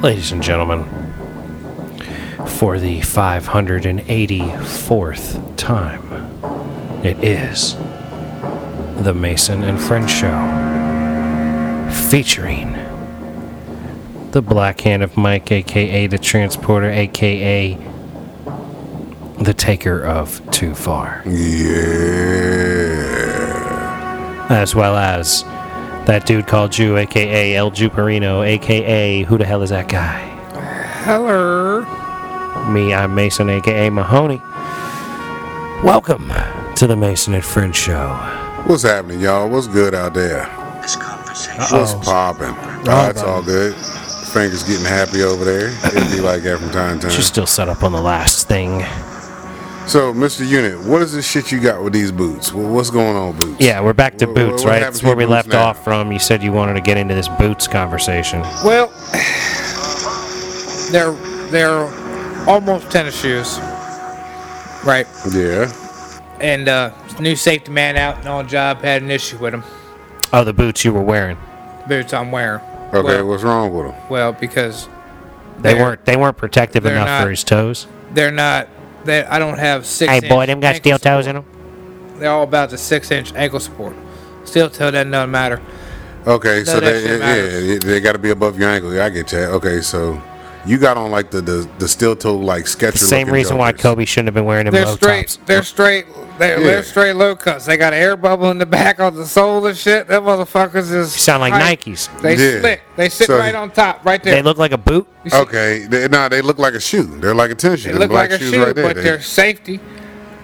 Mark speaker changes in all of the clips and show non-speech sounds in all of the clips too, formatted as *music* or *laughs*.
Speaker 1: Ladies and gentlemen, for the 584th time, it is The Mason and Friend Show featuring the Black Hand of Mike, aka the Transporter, aka the Taker of Too Far. As well as that dude called you, aka El Juperino, aka who the hell is that guy?
Speaker 2: Hello.
Speaker 1: Me, I'm Mason, aka Mahoney. Welcome to the Mason and Friend Show.
Speaker 2: What's happening, y'all? What's good out there?
Speaker 3: this conversation.
Speaker 2: What's popping? Oh, it's all good. Fingers getting happy over there. It'd be like that from time to time.
Speaker 1: She's still set up on the last thing.
Speaker 2: so, Mr. Unit, what is this shit you got with these boots? Wh- What's going on, boots?
Speaker 1: Yeah, we're back to
Speaker 2: Wh- wh-
Speaker 1: boots,
Speaker 2: what
Speaker 1: right?
Speaker 2: happened
Speaker 1: It's
Speaker 2: to
Speaker 1: where we
Speaker 2: boots
Speaker 1: left
Speaker 2: now?
Speaker 1: off from. You said you wanted to get into this boots conversation.
Speaker 3: Well,
Speaker 4: *sighs* They're they're almost tennis shoes, right?
Speaker 2: Yeah.
Speaker 4: And uh, new safety man out and on job had an issue with them.
Speaker 1: Oh, the boots you were wearing.
Speaker 4: Boots I'm wearing.
Speaker 2: Okay,
Speaker 4: Well,
Speaker 2: what's wrong with them?
Speaker 4: well, because
Speaker 1: They
Speaker 4: They're-
Speaker 1: weren't they weren't protective
Speaker 4: they're
Speaker 1: enough
Speaker 4: not-
Speaker 1: for his toes.
Speaker 4: they're not. They I don't have six.
Speaker 1: Hey, boy,
Speaker 4: inch
Speaker 1: them got
Speaker 4: ankle
Speaker 1: steel toes
Speaker 4: support.
Speaker 1: in them.
Speaker 4: They're all about the six inch ankle support. Steel toe doesn't doesn't matter.
Speaker 2: Okay, so
Speaker 4: that
Speaker 2: they,
Speaker 4: shit
Speaker 2: yeah,
Speaker 4: matters.
Speaker 2: yeah, they got to be above your ankle. Yeah, I get that. Okay, so you got on like the the, the steel toe like sketcher.
Speaker 1: Same reason why Kobe shouldn't have been wearing them
Speaker 4: They're
Speaker 1: low
Speaker 4: straight.
Speaker 1: tops.
Speaker 4: They're straight. They're,
Speaker 2: Yeah.
Speaker 4: they're straight low cuts. They got an air bubble in the back on the sole and shit. Them motherfuckers is
Speaker 1: Sound like
Speaker 4: tight.
Speaker 1: Nikes.
Speaker 4: They
Speaker 2: Yeah.
Speaker 4: slick. They sit
Speaker 2: So-
Speaker 4: right on top, right there.
Speaker 1: They look like a boot.
Speaker 4: You see-
Speaker 2: Okay, they, nah, they look like a shoe. They're like a tennis shoe.
Speaker 4: They
Speaker 2: Them
Speaker 4: look
Speaker 2: black
Speaker 4: like a
Speaker 2: shoes
Speaker 4: shoe,
Speaker 2: right there.
Speaker 4: but
Speaker 2: They-
Speaker 4: their safety,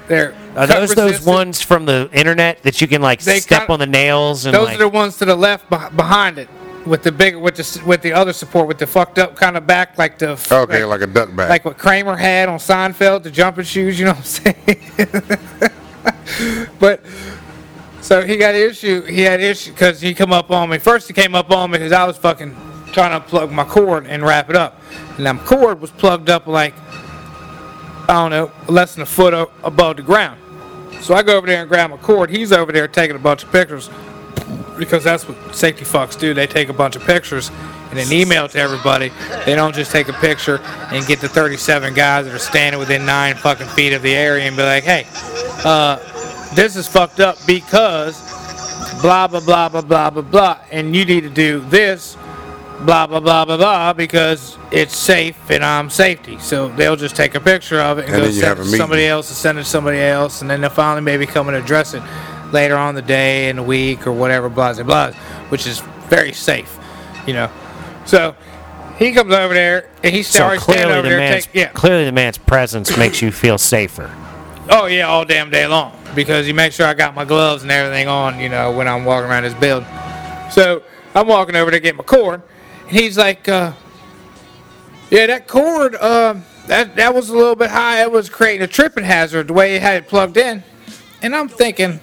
Speaker 4: their
Speaker 1: Are
Speaker 4: cut
Speaker 1: those those
Speaker 4: resistance-
Speaker 1: ones from the internet that you can like
Speaker 4: They
Speaker 1: step
Speaker 4: kinda-
Speaker 1: on the nails and
Speaker 4: Those
Speaker 1: like
Speaker 4: are the ones to the left beh- behind it, with the big, with the s- with the other support, with the fucked up kind of back, like the f-
Speaker 2: okay, like, a duck back.
Speaker 4: like what Kramer had on Seinfeld, the jumping shoes. You know what I'm saying? *laughs* but so he got issue. He had issue because he come up on me. First he came up on me because I was fucking trying to plug my cord and wrap it up, and my cord was plugged up like I don't know, less than a foot o- above the ground. So I go over there and grab my cord. He's over there taking a bunch of pictures because that's what safety fucks do. They take a bunch of pictures and then email it to everybody. They don't just take a picture and get the 37 guys that are standing within nine fucking feet of the area and be like, hey, uh, this is fucked up because blah, blah, blah, blah, blah, blah, blah. And you need to do this, blah, blah, blah, blah, blah, because it's safe and I'm safety. So they'll just take a picture of it and,
Speaker 2: And
Speaker 4: go
Speaker 2: then you have
Speaker 4: send
Speaker 2: a
Speaker 4: it to somebody
Speaker 2: meeting.
Speaker 4: else and send it to somebody else. And then they'll finally maybe come and address it later on the day, in the week, or whatever, blah, blah, blah, which is very safe, you know. So he comes over there and he's
Speaker 1: so
Speaker 4: already standing
Speaker 1: clearly
Speaker 4: over
Speaker 1: the
Speaker 4: there.
Speaker 1: man's
Speaker 4: take- yeah.
Speaker 1: clearly the man's presence makes you feel safer.
Speaker 4: Oh yeah, all damn day long because you make sure I got my gloves and everything on, you know, when I'm walking around this building. So I'm walking over to get my cord, and he's like, uh, "Yeah, that cord, uh, that that was a little bit high. It was creating a tripping hazard the way it had it plugged in." And I'm thinking,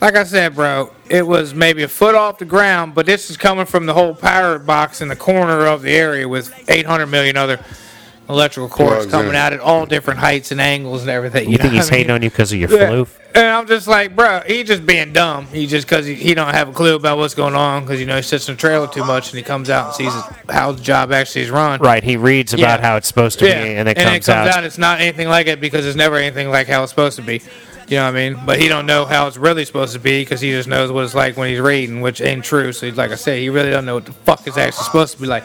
Speaker 4: like I said, bro, it was maybe a foot off the ground, but this is coming from the whole power box in the corner of the area with 800 million other electrical cords
Speaker 2: Plugs
Speaker 4: coming
Speaker 2: in.
Speaker 4: out at all different heights and angles and everything.
Speaker 1: You think
Speaker 4: know
Speaker 1: he's
Speaker 4: what I mean?
Speaker 1: hating on you because of your
Speaker 4: Yeah.
Speaker 1: floof?
Speaker 4: And I'm just like, bro, he just being dumb. He just because he, he don't have a clue about what's going on because you know he sits in the trailer too much and he comes out and sees his, how the job actually is run.
Speaker 1: Right, he reads about
Speaker 4: Yeah.
Speaker 1: how it's supposed to be, and it comes, out.
Speaker 4: It's not anything like it because it's never anything like how it's supposed to be. You know what I mean? But he don't know how it's really supposed to be because he just knows what it's like when he's reading, which ain't true. So he's like I said, he really don't know what the fuck is actually supposed to be like.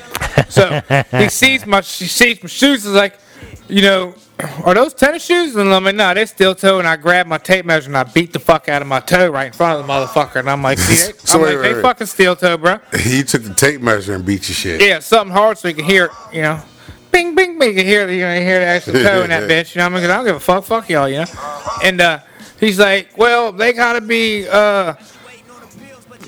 Speaker 4: So
Speaker 1: *laughs*
Speaker 4: he sees my he sees my shoes. Is like, you know, are those tennis shoes? And I'm like, no, they're steel toe. And I grab my tape measure and I beat the fuck out of my toe right in front of the motherfucker. And
Speaker 1: *laughs*
Speaker 4: I'm like, see, they-
Speaker 2: So
Speaker 4: I'm
Speaker 2: wait,
Speaker 4: like,
Speaker 2: wait,
Speaker 4: they
Speaker 2: wait.
Speaker 4: fucking steel toe, bro.
Speaker 2: he took the tape measure and beat your shit.
Speaker 4: Yeah, something hard so you can hear, it, you know, bing, bing, bing. You can hear, the- you know, you hear the actual toe in that bitch. You know what I mean? 'Cause I don't give a fuck, fuck y'all, you know. And uh, he's like, well, they gotta be. uh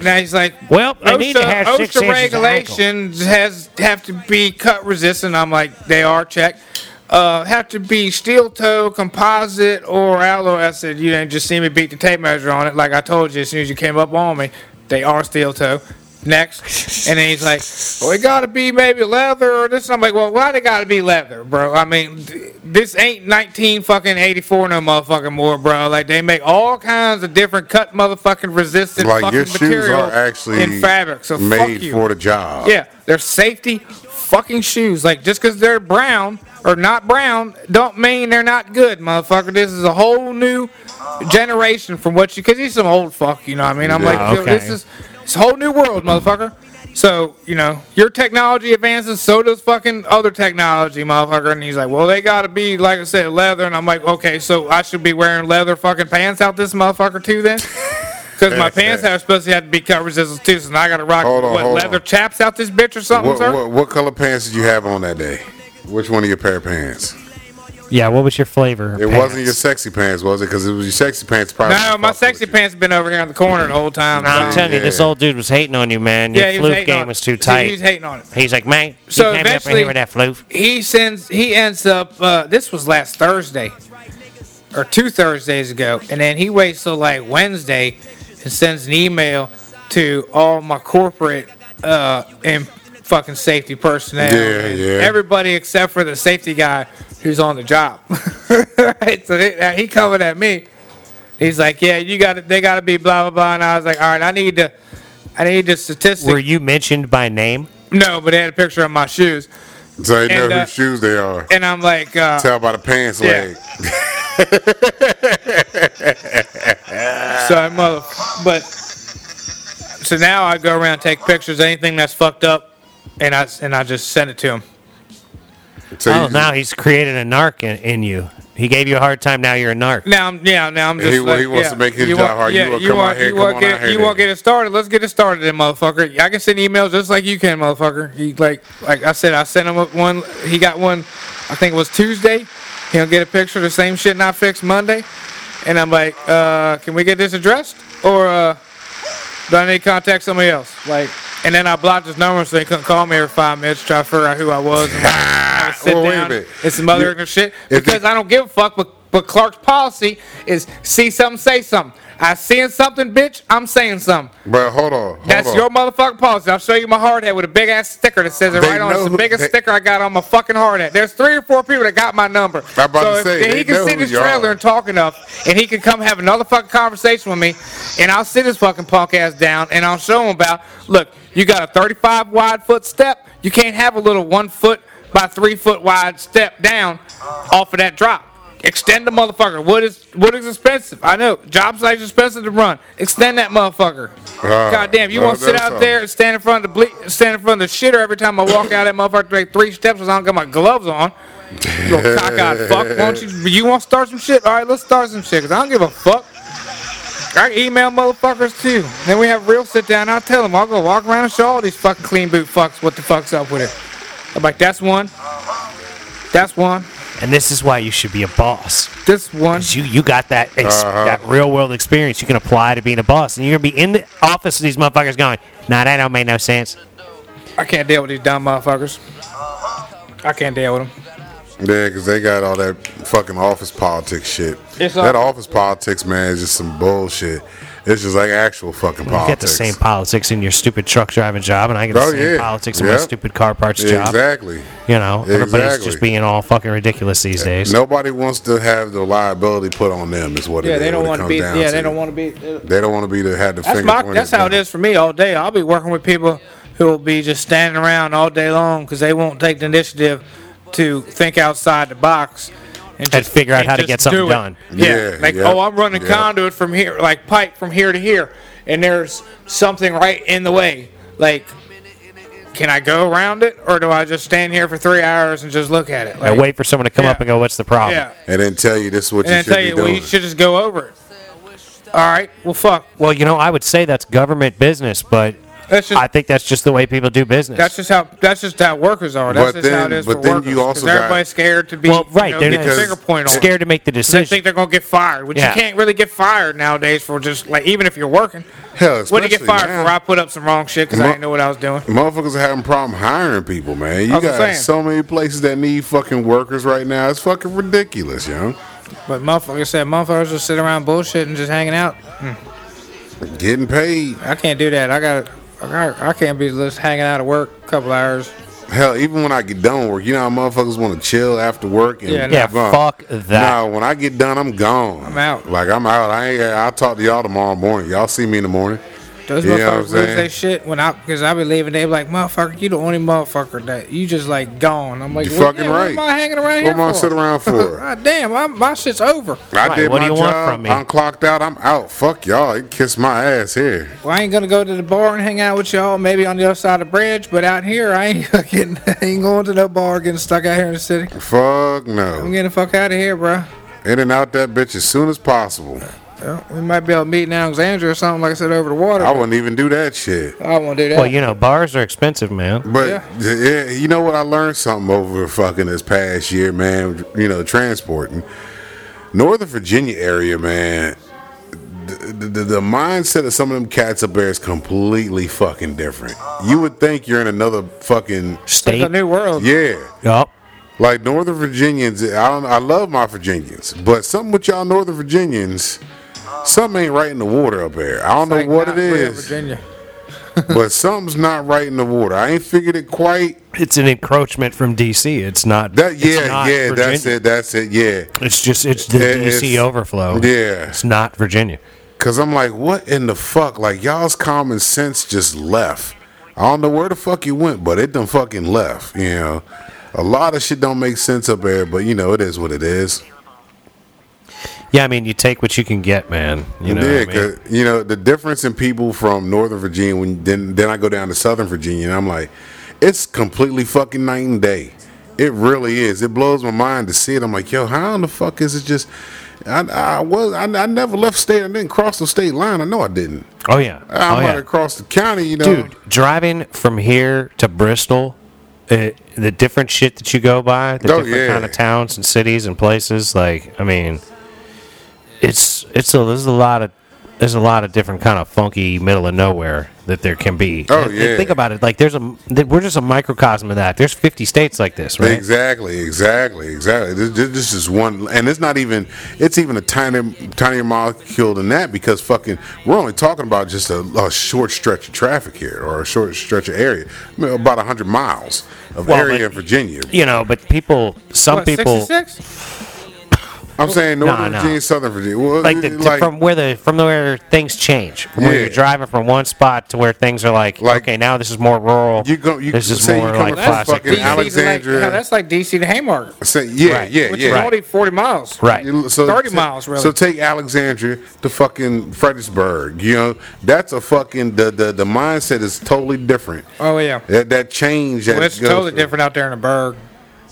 Speaker 4: Now he's like,
Speaker 1: Well, I need to have six inches
Speaker 4: OSHA
Speaker 1: of
Speaker 4: regulations has have to be cut resistant. I'm like, they are checked. Uh, have to be steel toe, composite, or alloy. I said, you didn't just see me beat the tape measure on it, like I told you as soon as you came up on me. They are steel toe.
Speaker 1: *laughs*
Speaker 4: next. And then he's like, well, it gotta be maybe leather or this. I'm like, well, why they gotta be leather, bro? I mean, th- this ain't 19 fucking 84 no motherfucking more, bro. Like, they make all kinds of different cut motherfucking resistant
Speaker 2: Like
Speaker 4: fucking
Speaker 2: your shoes
Speaker 4: material
Speaker 2: are actually
Speaker 4: in fabric. So fuck
Speaker 2: made
Speaker 4: you.
Speaker 2: for the job.
Speaker 4: Yeah, they're safety fucking shoes. Like just because they're brown or not brown, don't mean they're not good, motherfucker. This is a whole new generation from what you. Because he's some old fuck, you know. what I mean, I'm like,
Speaker 1: Yeah,
Speaker 4: yo, this
Speaker 1: okay.
Speaker 4: is it's a whole new world, motherfucker. So you know, your technology advances, so does fucking other technology, motherfucker. And he's like, well, they gotta be like I said, leather. And I'm like, okay, so I should be wearing leather fucking pants out this motherfucker
Speaker 2: *laughs*
Speaker 4: too, then. Because my pants are supposed to have to be cut resistant too, so now I gotta rock
Speaker 2: Hold on,
Speaker 4: what
Speaker 2: hold
Speaker 4: leather
Speaker 2: on.
Speaker 4: chaps out this bitch or something,
Speaker 2: What,
Speaker 4: sir?
Speaker 2: what, what color pants did you have on that day? Which one of your pair of pants?
Speaker 1: Yeah, what was your flavor?
Speaker 2: It wasn't your sexy pants, was it? Because it was your sexy pants. Probably
Speaker 4: No, my
Speaker 2: fucked
Speaker 4: sexy
Speaker 2: with you.
Speaker 4: pants been over here in the corner the whole time.
Speaker 1: Nah, I'm
Speaker 4: so-
Speaker 1: telling you, this
Speaker 2: Yeah.
Speaker 1: old dude was hating on you, man. Your
Speaker 4: Yeah, he was
Speaker 1: floof
Speaker 4: hating on
Speaker 1: game
Speaker 4: it.
Speaker 1: was too
Speaker 4: See,
Speaker 1: tight.
Speaker 4: he was hating on it.
Speaker 1: He's like, man,
Speaker 4: So
Speaker 1: you can't be up in
Speaker 4: eventually-
Speaker 1: here with that floof.
Speaker 4: He sends. He ends up. Uh, this was last Thursday, or two Thursdays ago, and then he waits till like Wednesday, and sends an email to all my corporate uh, and fucking safety personnel.
Speaker 2: Yeah,
Speaker 4: and
Speaker 2: yeah.
Speaker 4: Everybody except for the safety guy who's on the job. *laughs* right, so he, uh, he coming at me. He's like, "Yeah, you got to They got to be blah blah blah." And I was like, "All right, I need to. I need the statistics."
Speaker 1: Were you mentioned by name?
Speaker 4: no, but they had a picture of my shoes,
Speaker 2: So you know
Speaker 4: and, uh,
Speaker 2: whose shoes they are.
Speaker 4: and I'm like, uh,
Speaker 2: Tell by the pants
Speaker 4: Yeah.
Speaker 2: leg.
Speaker 4: So I mother, but so now I go around take pictures of anything that's fucked up, and I and I just send it to him.
Speaker 2: So
Speaker 1: oh,
Speaker 2: you- *laughs*
Speaker 1: now he's created a narc in, in you. He gave you a hard time. Now you're a narc.
Speaker 4: Now I'm yeah now I'm just
Speaker 2: He-
Speaker 4: like,
Speaker 2: he wants
Speaker 4: yeah,
Speaker 2: to make his
Speaker 4: you
Speaker 2: job
Speaker 4: want-
Speaker 2: hard. You
Speaker 4: Yeah,
Speaker 2: want-
Speaker 4: you
Speaker 2: come on
Speaker 4: want
Speaker 2: here,
Speaker 4: you
Speaker 2: come
Speaker 4: want
Speaker 2: on out
Speaker 4: get
Speaker 2: here,
Speaker 4: you want
Speaker 2: then.
Speaker 4: get it started. Let's get it started, then, motherfucker. I can send emails just like you can, motherfucker. He, like like I said, I sent him up one. He got one. I think it was Tuesday. He'll get a picture of the same shit not fixed Monday, and I'm like, uh, can we get this addressed or? uh Do I need to contact somebody else? Like, and then I blocked his number so he couldn't call me every five minutes to try to figure out who I was. And
Speaker 2: *laughs*
Speaker 4: I would sit
Speaker 2: Well, wait a
Speaker 4: down
Speaker 2: minute.
Speaker 4: and some other
Speaker 2: You-
Speaker 4: ignorant shit
Speaker 2: if
Speaker 4: because
Speaker 2: you-
Speaker 4: I don't give a fuck. But but Clark's policy is see something, say something. I seeing something, bitch. I'm saying something.
Speaker 2: but hold on. Hold
Speaker 4: That's
Speaker 2: on.
Speaker 4: your motherfucking policy. I'll show you my hard hat with a big ass sticker that says it
Speaker 2: They
Speaker 4: right on. it. It's
Speaker 2: know
Speaker 4: the
Speaker 2: who-
Speaker 4: biggest
Speaker 2: they-
Speaker 4: sticker I got on my fucking hard hat. There's three or four people that got my number.
Speaker 2: I'm about
Speaker 4: so
Speaker 2: to
Speaker 4: if,
Speaker 2: say,
Speaker 4: if
Speaker 2: they
Speaker 4: he can
Speaker 2: know
Speaker 4: sit in
Speaker 2: who
Speaker 4: his
Speaker 2: you are.
Speaker 4: trailer and talk enough, and he can come have another fucking conversation with me, and I'll sit his fucking punk ass down, and I'll show him about. Look, you got a 35 wide foot step. You can't have a little one foot by three foot wide step down off of that drop. Extend the motherfucker. Wood is wood is expensive. I know. Job site's expensive to run. Extend that motherfucker.
Speaker 2: Ah,
Speaker 4: God damn, you
Speaker 2: no,
Speaker 4: want to sit
Speaker 2: that's
Speaker 4: out
Speaker 2: all.
Speaker 4: there and stand in front of the ble- stand in front of the shitter every time I walk out that motherfucker take three steps because I don't got my gloves on. You little cockeyed fuck. Won't you? You want to start some shit? All right, let's start some shit because I don't give a fuck. I email motherfuckers too. Then we have real sit down. I'll tell them. I'll go walk around and show all these fucking clean boot fucks what the fuck's up with it. I'm like, that's one. That's one.
Speaker 1: And this is why you should be a boss.
Speaker 4: This one.
Speaker 1: 'Cause You you got that ex-
Speaker 2: Uh-huh.
Speaker 1: that real world experience. You can apply to being a boss, and you're gonna be in the office of these motherfuckers going, "Nah, that don't make no sense."
Speaker 4: I can't deal with these dumb motherfuckers. I can't deal with them.
Speaker 2: Yeah, because they got all that fucking office politics shit.
Speaker 4: It's
Speaker 2: that
Speaker 4: all-
Speaker 2: office politics, man, is just some bullshit. It's just like actual fucking
Speaker 1: You get the
Speaker 2: politics.
Speaker 1: same politics in your stupid truck driving job, and I get the
Speaker 2: Oh,
Speaker 1: same
Speaker 2: yeah.
Speaker 1: politics in my
Speaker 2: Yep.
Speaker 1: stupid car parts
Speaker 2: Yeah,
Speaker 1: job.
Speaker 2: Exactly.
Speaker 1: You know, everybody's
Speaker 2: Exactly.
Speaker 1: just being all fucking ridiculous these days.
Speaker 2: Nobody wants to have the liability put on them. Is what.
Speaker 4: Yeah,
Speaker 2: it
Speaker 4: they
Speaker 2: is
Speaker 4: don't
Speaker 2: when it
Speaker 4: want to
Speaker 2: comes
Speaker 4: be.
Speaker 2: down
Speaker 4: Yeah,
Speaker 2: to
Speaker 4: they
Speaker 2: it.
Speaker 4: don't want to be.
Speaker 2: They don't want to be to have the
Speaker 4: That's
Speaker 2: finger
Speaker 4: my.
Speaker 2: pointed
Speaker 4: That's
Speaker 2: at
Speaker 4: how it
Speaker 2: them.
Speaker 4: is for me all day. I'll be working with people who will be just standing around all day long because they won't take the initiative to think outside the box and just
Speaker 1: figure out
Speaker 4: and
Speaker 1: how to
Speaker 4: just
Speaker 1: get something
Speaker 4: do it.
Speaker 1: done.
Speaker 4: Yeah,
Speaker 2: Yeah,
Speaker 4: like
Speaker 2: yeah,
Speaker 4: oh, I'm running
Speaker 2: yeah.
Speaker 4: conduit from here, like pipe from here to here, and there's something right in the way. Like, can I go around it, or do I just stand here for three hours and just look at it?
Speaker 1: I
Speaker 4: Like,
Speaker 1: wait for someone to come
Speaker 4: Yeah.
Speaker 1: up and go, "What's the problem?"
Speaker 4: Yeah,
Speaker 2: And then tell you this is what
Speaker 4: and I
Speaker 2: you should
Speaker 4: tell
Speaker 2: be
Speaker 4: you,
Speaker 2: doing.
Speaker 4: well, you should just go over it. All right, well, fuck.
Speaker 1: Well, you know, I would say that's government business, but
Speaker 4: That's just
Speaker 1: I think that's just the way people do business.
Speaker 4: That's just how that's just how workers are. That's
Speaker 2: But
Speaker 4: just how it
Speaker 2: then-
Speaker 4: is
Speaker 2: but
Speaker 4: for
Speaker 2: then
Speaker 4: workers.
Speaker 2: you
Speaker 4: 'cause
Speaker 2: also got-
Speaker 4: everybody's scared to be
Speaker 1: well, right.
Speaker 4: You know,
Speaker 1: they're
Speaker 4: get the
Speaker 1: not-
Speaker 4: finger point on.
Speaker 1: scared to make the
Speaker 4: They
Speaker 1: decision.
Speaker 4: think they're gonna get fired, which
Speaker 1: Yeah.
Speaker 4: you can't really get fired nowadays for just like even if you're working.
Speaker 2: Hell,
Speaker 4: What do you get
Speaker 2: especially
Speaker 4: fired
Speaker 2: now.
Speaker 4: for? I put up some wrong shit because I
Speaker 2: Mo-
Speaker 4: didn't know what I was doing.
Speaker 2: Motherfuckers are having problem hiring people, man. You
Speaker 4: That's what I'm
Speaker 2: got
Speaker 4: saying.
Speaker 2: so many places that need fucking workers right now. It's fucking ridiculous, yo.
Speaker 4: But motherfuckers said motherfuckers just sit around bullshitting, just hanging out.
Speaker 2: Getting paid.
Speaker 4: I can't do that. I got I, I can't be just hanging out at work a couple hours.
Speaker 2: Hell, even when I get done with work, you know how motherfuckers want to chill after work and
Speaker 4: Yeah,
Speaker 1: Yeah,
Speaker 4: I'm
Speaker 2: gone.
Speaker 1: fuck that.
Speaker 2: No, when I get done, I'm gone.
Speaker 4: I'm out.
Speaker 2: Like I'm out. I ain't. I'll talk to y'all tomorrow morning. Y'all see me in the morning.
Speaker 4: Those
Speaker 2: You know what I'm
Speaker 4: motherfuckers lose
Speaker 2: saying?
Speaker 4: their shit when I because I be leaving. They be like, motherfucker, you the only motherfucker that you just like gone. I'm like,
Speaker 2: You
Speaker 4: well,
Speaker 2: fucking
Speaker 4: yeah, what
Speaker 2: right.
Speaker 4: am I hanging around
Speaker 2: What
Speaker 4: here
Speaker 2: am I
Speaker 4: for?
Speaker 2: sit around for?
Speaker 4: *laughs* God damn, my, my shit's over.
Speaker 2: I
Speaker 1: Right,
Speaker 2: did
Speaker 1: what do
Speaker 2: my
Speaker 1: you want
Speaker 2: job.
Speaker 1: from me?
Speaker 2: I'm clocked out. I'm out. Fuck y'all. You can Kiss my ass here.
Speaker 4: Well, I ain't gonna go to the bar and hang out with y'all. Maybe on the other side of the bridge, but out here, I ain't *laughs* getting, I ain't going to no bar. Getting stuck out here in the city.
Speaker 2: Fuck
Speaker 4: I'm
Speaker 2: no.
Speaker 4: getting the fuck out of here, bro.
Speaker 2: In and out that bitch as soon as possible.
Speaker 4: Well, we might be able to meet in Alexandria or something like I said over the water.
Speaker 2: I
Speaker 4: I,
Speaker 2: wouldn't even do that shit.
Speaker 4: won't do that.
Speaker 1: Well, you know, bars are expensive, man.
Speaker 2: But
Speaker 4: Yeah.
Speaker 2: yeah, you know what? I learned something over fucking this past year, man. You know, transporting Northern Virginia area, man. The, the, the mindset of some of them cats up there is completely fucking different. You would think you're in another fucking
Speaker 4: it's a
Speaker 1: State.
Speaker 4: new world.
Speaker 2: yeah.
Speaker 1: Yup.
Speaker 2: Like Northern Virginians, I don't, I love my Virginians, but something with y'all Northern Virginians, something ain't right in the water up there. I don't know
Speaker 4: Like,
Speaker 2: what
Speaker 4: not
Speaker 2: it
Speaker 4: real
Speaker 2: is,
Speaker 4: Virginia.
Speaker 2: but something's not right in the water. I ain't figured it quite.
Speaker 1: It's an encroachment from DC. It's not.
Speaker 2: That
Speaker 1: it's
Speaker 2: yeah,
Speaker 1: not
Speaker 2: yeah, that's
Speaker 1: Virginia.
Speaker 2: it, that's it, yeah,
Speaker 1: It's just it's the
Speaker 2: It-
Speaker 1: DC
Speaker 2: it's-
Speaker 1: overflow.
Speaker 2: yeah.
Speaker 1: It's not Virginia.
Speaker 2: Cause I'm like, what in the fuck? Like y'all's common sense just left. I don't know where the fuck you went, but it done fucking left. You know, a lot of shit don't make sense up there, but you know it is what it is.
Speaker 1: Yeah, I mean, you take what you can get, man. You know,
Speaker 2: yeah,
Speaker 1: what I mean?
Speaker 2: 'cause, you know the difference in people from Northern Virginia when then then I go down to Southern Virginia and I'm like, it's completely fucking night and day. It really is. It blows my mind to see it. I'm like, yo, how in the fuck is it just? I, I was I, I never left state. I didn't cross the state line. I know I didn't.
Speaker 1: oh yeah,
Speaker 2: I
Speaker 1: oh
Speaker 2: might
Speaker 1: yeah.
Speaker 2: have crossed the county. You know,
Speaker 1: dude. Driving from here to Bristol, it, the different shit that you go by, the
Speaker 2: Oh,
Speaker 1: different
Speaker 2: yeah.
Speaker 1: kind of towns and cities and places. Like, I mean, it's it's a there's a lot of there's a lot of different kind of funky middle of nowhere that there can be.
Speaker 2: Oh,
Speaker 1: And- and
Speaker 2: yeah.
Speaker 1: Think about it. Like, there's a that we're just a microcosm of that. There's 50 states like this, right?
Speaker 2: Exactly, exactly, exactly. This, this, this is one, and it's not even. It's even a tiny, tinier molecule than that because fucking, we're only talking about just a, a short stretch of traffic here, or a short stretch of area, I mean, about hundred miles of
Speaker 1: Well,
Speaker 2: area
Speaker 1: but-
Speaker 2: in Virginia.
Speaker 1: You know, but people, some
Speaker 4: What,
Speaker 1: people.
Speaker 4: 66?
Speaker 2: I'm saying northern
Speaker 1: no.
Speaker 2: Virginia, southern Virginia. Well,
Speaker 1: like, the, from where the from where things change, from where
Speaker 2: Mm, Yeah.
Speaker 1: you're driving from one spot to where things are like,
Speaker 2: Like-
Speaker 1: okay, now this is more rural.
Speaker 2: You go- you
Speaker 1: this is
Speaker 2: say you
Speaker 1: more
Speaker 2: coming
Speaker 1: like
Speaker 2: from
Speaker 1: classic.
Speaker 2: fucking
Speaker 4: DC to like-
Speaker 2: Alexandria.
Speaker 4: hell, that's like DC to Haymarket,
Speaker 2: say, yeah,
Speaker 1: Right.
Speaker 2: yeah,
Speaker 4: which
Speaker 2: yeah.
Speaker 4: is only 40 miles.
Speaker 1: Right.
Speaker 2: You- So
Speaker 4: 30
Speaker 2: so-
Speaker 4: miles, really.
Speaker 2: So take Alexandria to fucking Fredericksburg. You know, that's a fucking the the, the mindset is totally different.
Speaker 4: Oh yeah.
Speaker 2: That that change. That
Speaker 4: Well, it's
Speaker 2: goes
Speaker 4: totally
Speaker 2: through.
Speaker 4: different out there in the burg.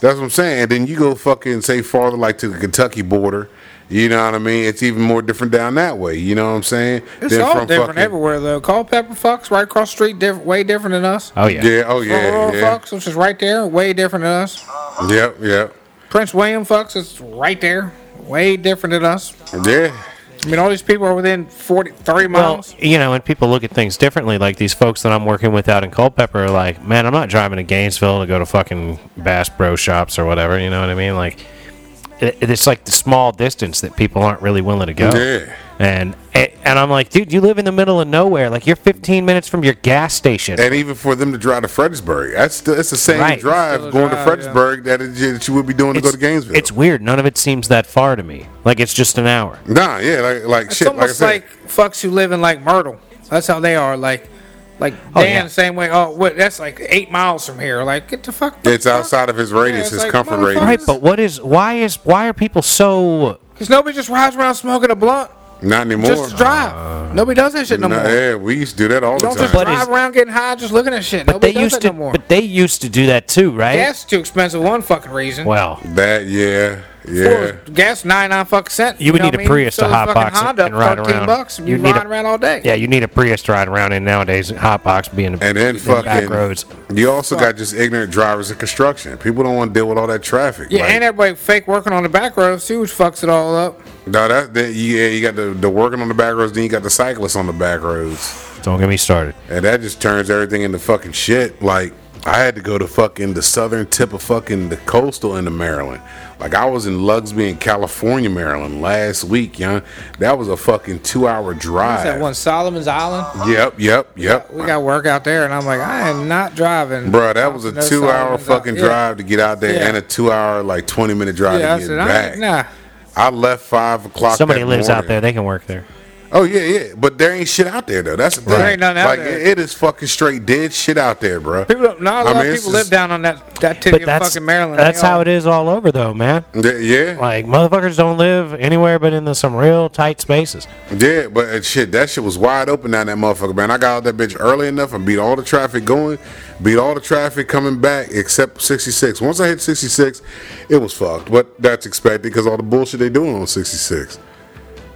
Speaker 2: That's what I'm saying. Then you go fucking say farther, like to the Kentucky border. You know what I mean? It's even more different down that way. You know what I'm saying?
Speaker 4: It's
Speaker 2: Than
Speaker 4: all
Speaker 2: from
Speaker 4: different
Speaker 2: fucking-
Speaker 4: everywhere though. Culpepper fucks right across the street, diff- way different than us.
Speaker 1: Oh yeah.
Speaker 2: Yeah. Oh yeah.
Speaker 4: Aurora
Speaker 2: Yeah.
Speaker 4: fucks, which is right there, way different than us.
Speaker 2: Yep. Yep.
Speaker 4: Prince William fucks, it's right there, way different than us.
Speaker 2: Yeah.
Speaker 4: I mean, all these people are within 40, 30
Speaker 1: Well,
Speaker 4: miles.
Speaker 1: you know, and people look at things differently. Like these folks that I'm working with out in Culpeper are like, man, I'm not driving to Gainesville to go to fucking Bass Pro Shops or whatever. You know what I mean? Like, it, it's like the small distance that people aren't really willing to go.
Speaker 2: Yeah.
Speaker 1: And and I'm like, dude, you live in the middle of nowhere. Like, you're 15 minutes from your gas station.
Speaker 2: And even for them to drive to Fredericksburg, that's still, it's the same
Speaker 1: Right.
Speaker 2: drive
Speaker 4: Still a
Speaker 2: going to
Speaker 4: drive,
Speaker 2: Fredericksburg that, it, that you would be doing to go to Gainesville.
Speaker 1: It's weird. None of it seems that far to me. Like it's just an hour.
Speaker 2: nah, yeah, like, like
Speaker 4: It's
Speaker 2: shit. Like I
Speaker 4: almost
Speaker 2: said,
Speaker 4: like, fucks who live in like Myrtle. That's how they are. Like, like
Speaker 1: Oh,
Speaker 4: Dan,
Speaker 1: yeah.
Speaker 4: same way. Oh, what? That's like eight miles from here. Like, get the fuck.
Speaker 2: it's outside of his radius,
Speaker 4: it's
Speaker 2: his
Speaker 4: like,
Speaker 2: comfort
Speaker 4: motherfucker.
Speaker 2: radius.
Speaker 1: Right, but what is why is why are people so
Speaker 4: Because nobody just rides around smoking a blunt
Speaker 2: Not anymore.
Speaker 4: just to drive. nobody does that shit no,
Speaker 2: uh, Nah,
Speaker 4: more.
Speaker 2: yeah, we used to do that all the
Speaker 4: Don't
Speaker 2: time.
Speaker 4: just
Speaker 1: But
Speaker 4: drive
Speaker 1: is-
Speaker 4: around getting high just looking at shit.
Speaker 1: but they
Speaker 4: nobody does
Speaker 1: used
Speaker 4: that
Speaker 1: to
Speaker 4: no more.
Speaker 1: but they used to do that too, right?
Speaker 4: gas is too expensive. One fucking reason.
Speaker 1: Well,
Speaker 2: that, yeah,
Speaker 4: Before
Speaker 2: yeah.
Speaker 4: it was gas nine nine fucking cent.
Speaker 1: You would
Speaker 4: know
Speaker 1: need
Speaker 4: what
Speaker 1: a
Speaker 4: I mean?
Speaker 1: Prius to
Speaker 4: Sell this
Speaker 1: hotbox
Speaker 4: fucking
Speaker 1: it
Speaker 4: Honda
Speaker 1: and ride
Speaker 4: 14
Speaker 1: around.
Speaker 4: Bucks, and
Speaker 1: You'd
Speaker 4: you
Speaker 1: need a-
Speaker 4: ride around all day.
Speaker 1: yeah, you need a Prius to ride around in nowadays. Hotbox being
Speaker 2: And then
Speaker 1: in the back
Speaker 2: fucking
Speaker 1: roads.
Speaker 2: You also got just ignorant drivers in construction. People don't want to deal with all that traffic.
Speaker 4: Yeah,
Speaker 2: like,
Speaker 4: and everybody fake working on the back roads too, which fucks it all up.
Speaker 2: no, that, that yeah, you got the, the working on the back roads, then you got the cyclists on the back roads,
Speaker 1: Don't get me started.
Speaker 2: and that just turns everything into fucking shit. Like I had to go to fucking the southern tip of fucking the coastal into Maryland. Like I was in Lugsby in California, Maryland last week, young. That was a fucking two hour
Speaker 4: What's
Speaker 1: Oh,
Speaker 2: drive.
Speaker 4: that one? Solomon's Island.
Speaker 2: Yep, yep, yep.
Speaker 4: We got work out there, and I'm like, I am not driving.
Speaker 2: Bruh, that was a
Speaker 4: No
Speaker 2: two hour
Speaker 4: Solomon's Island.
Speaker 2: fucking
Speaker 4: Yeah.
Speaker 2: drive to get out there
Speaker 4: Yeah.
Speaker 2: and a two hour, like 20 minute drive
Speaker 4: Yeah, I
Speaker 2: to get
Speaker 4: said, I
Speaker 2: back.
Speaker 4: ain't, nah.
Speaker 2: I left five o'clock.
Speaker 1: Somebody
Speaker 2: that
Speaker 1: lives out
Speaker 2: morning.
Speaker 1: there. They can work there.
Speaker 2: Oh yeah, yeah, but there ain't shit out there though. That's the thing.
Speaker 4: There ain't nothing out
Speaker 2: like
Speaker 4: there.
Speaker 2: it- it is fucking straight dead shit out there, bro.
Speaker 4: People, don't- not a
Speaker 2: I mean,
Speaker 4: lot of
Speaker 2: it's
Speaker 4: people
Speaker 2: just-
Speaker 4: live down on that that titty
Speaker 1: But
Speaker 4: of
Speaker 1: that's
Speaker 4: fucking Maryland.
Speaker 1: that's how it is all over though, man.
Speaker 2: Yeah,
Speaker 1: Like motherfuckers don't live anywhere but in the, some real tight spaces.
Speaker 2: Yeah, but uh, shit, that shit was wide open down that motherfucker, man. I got out that bitch early enough and beat all the traffic going, beat all the traffic coming back except 66. Once I hit 66, it was fucked. But that's expected because all the bullshit they doing on 66.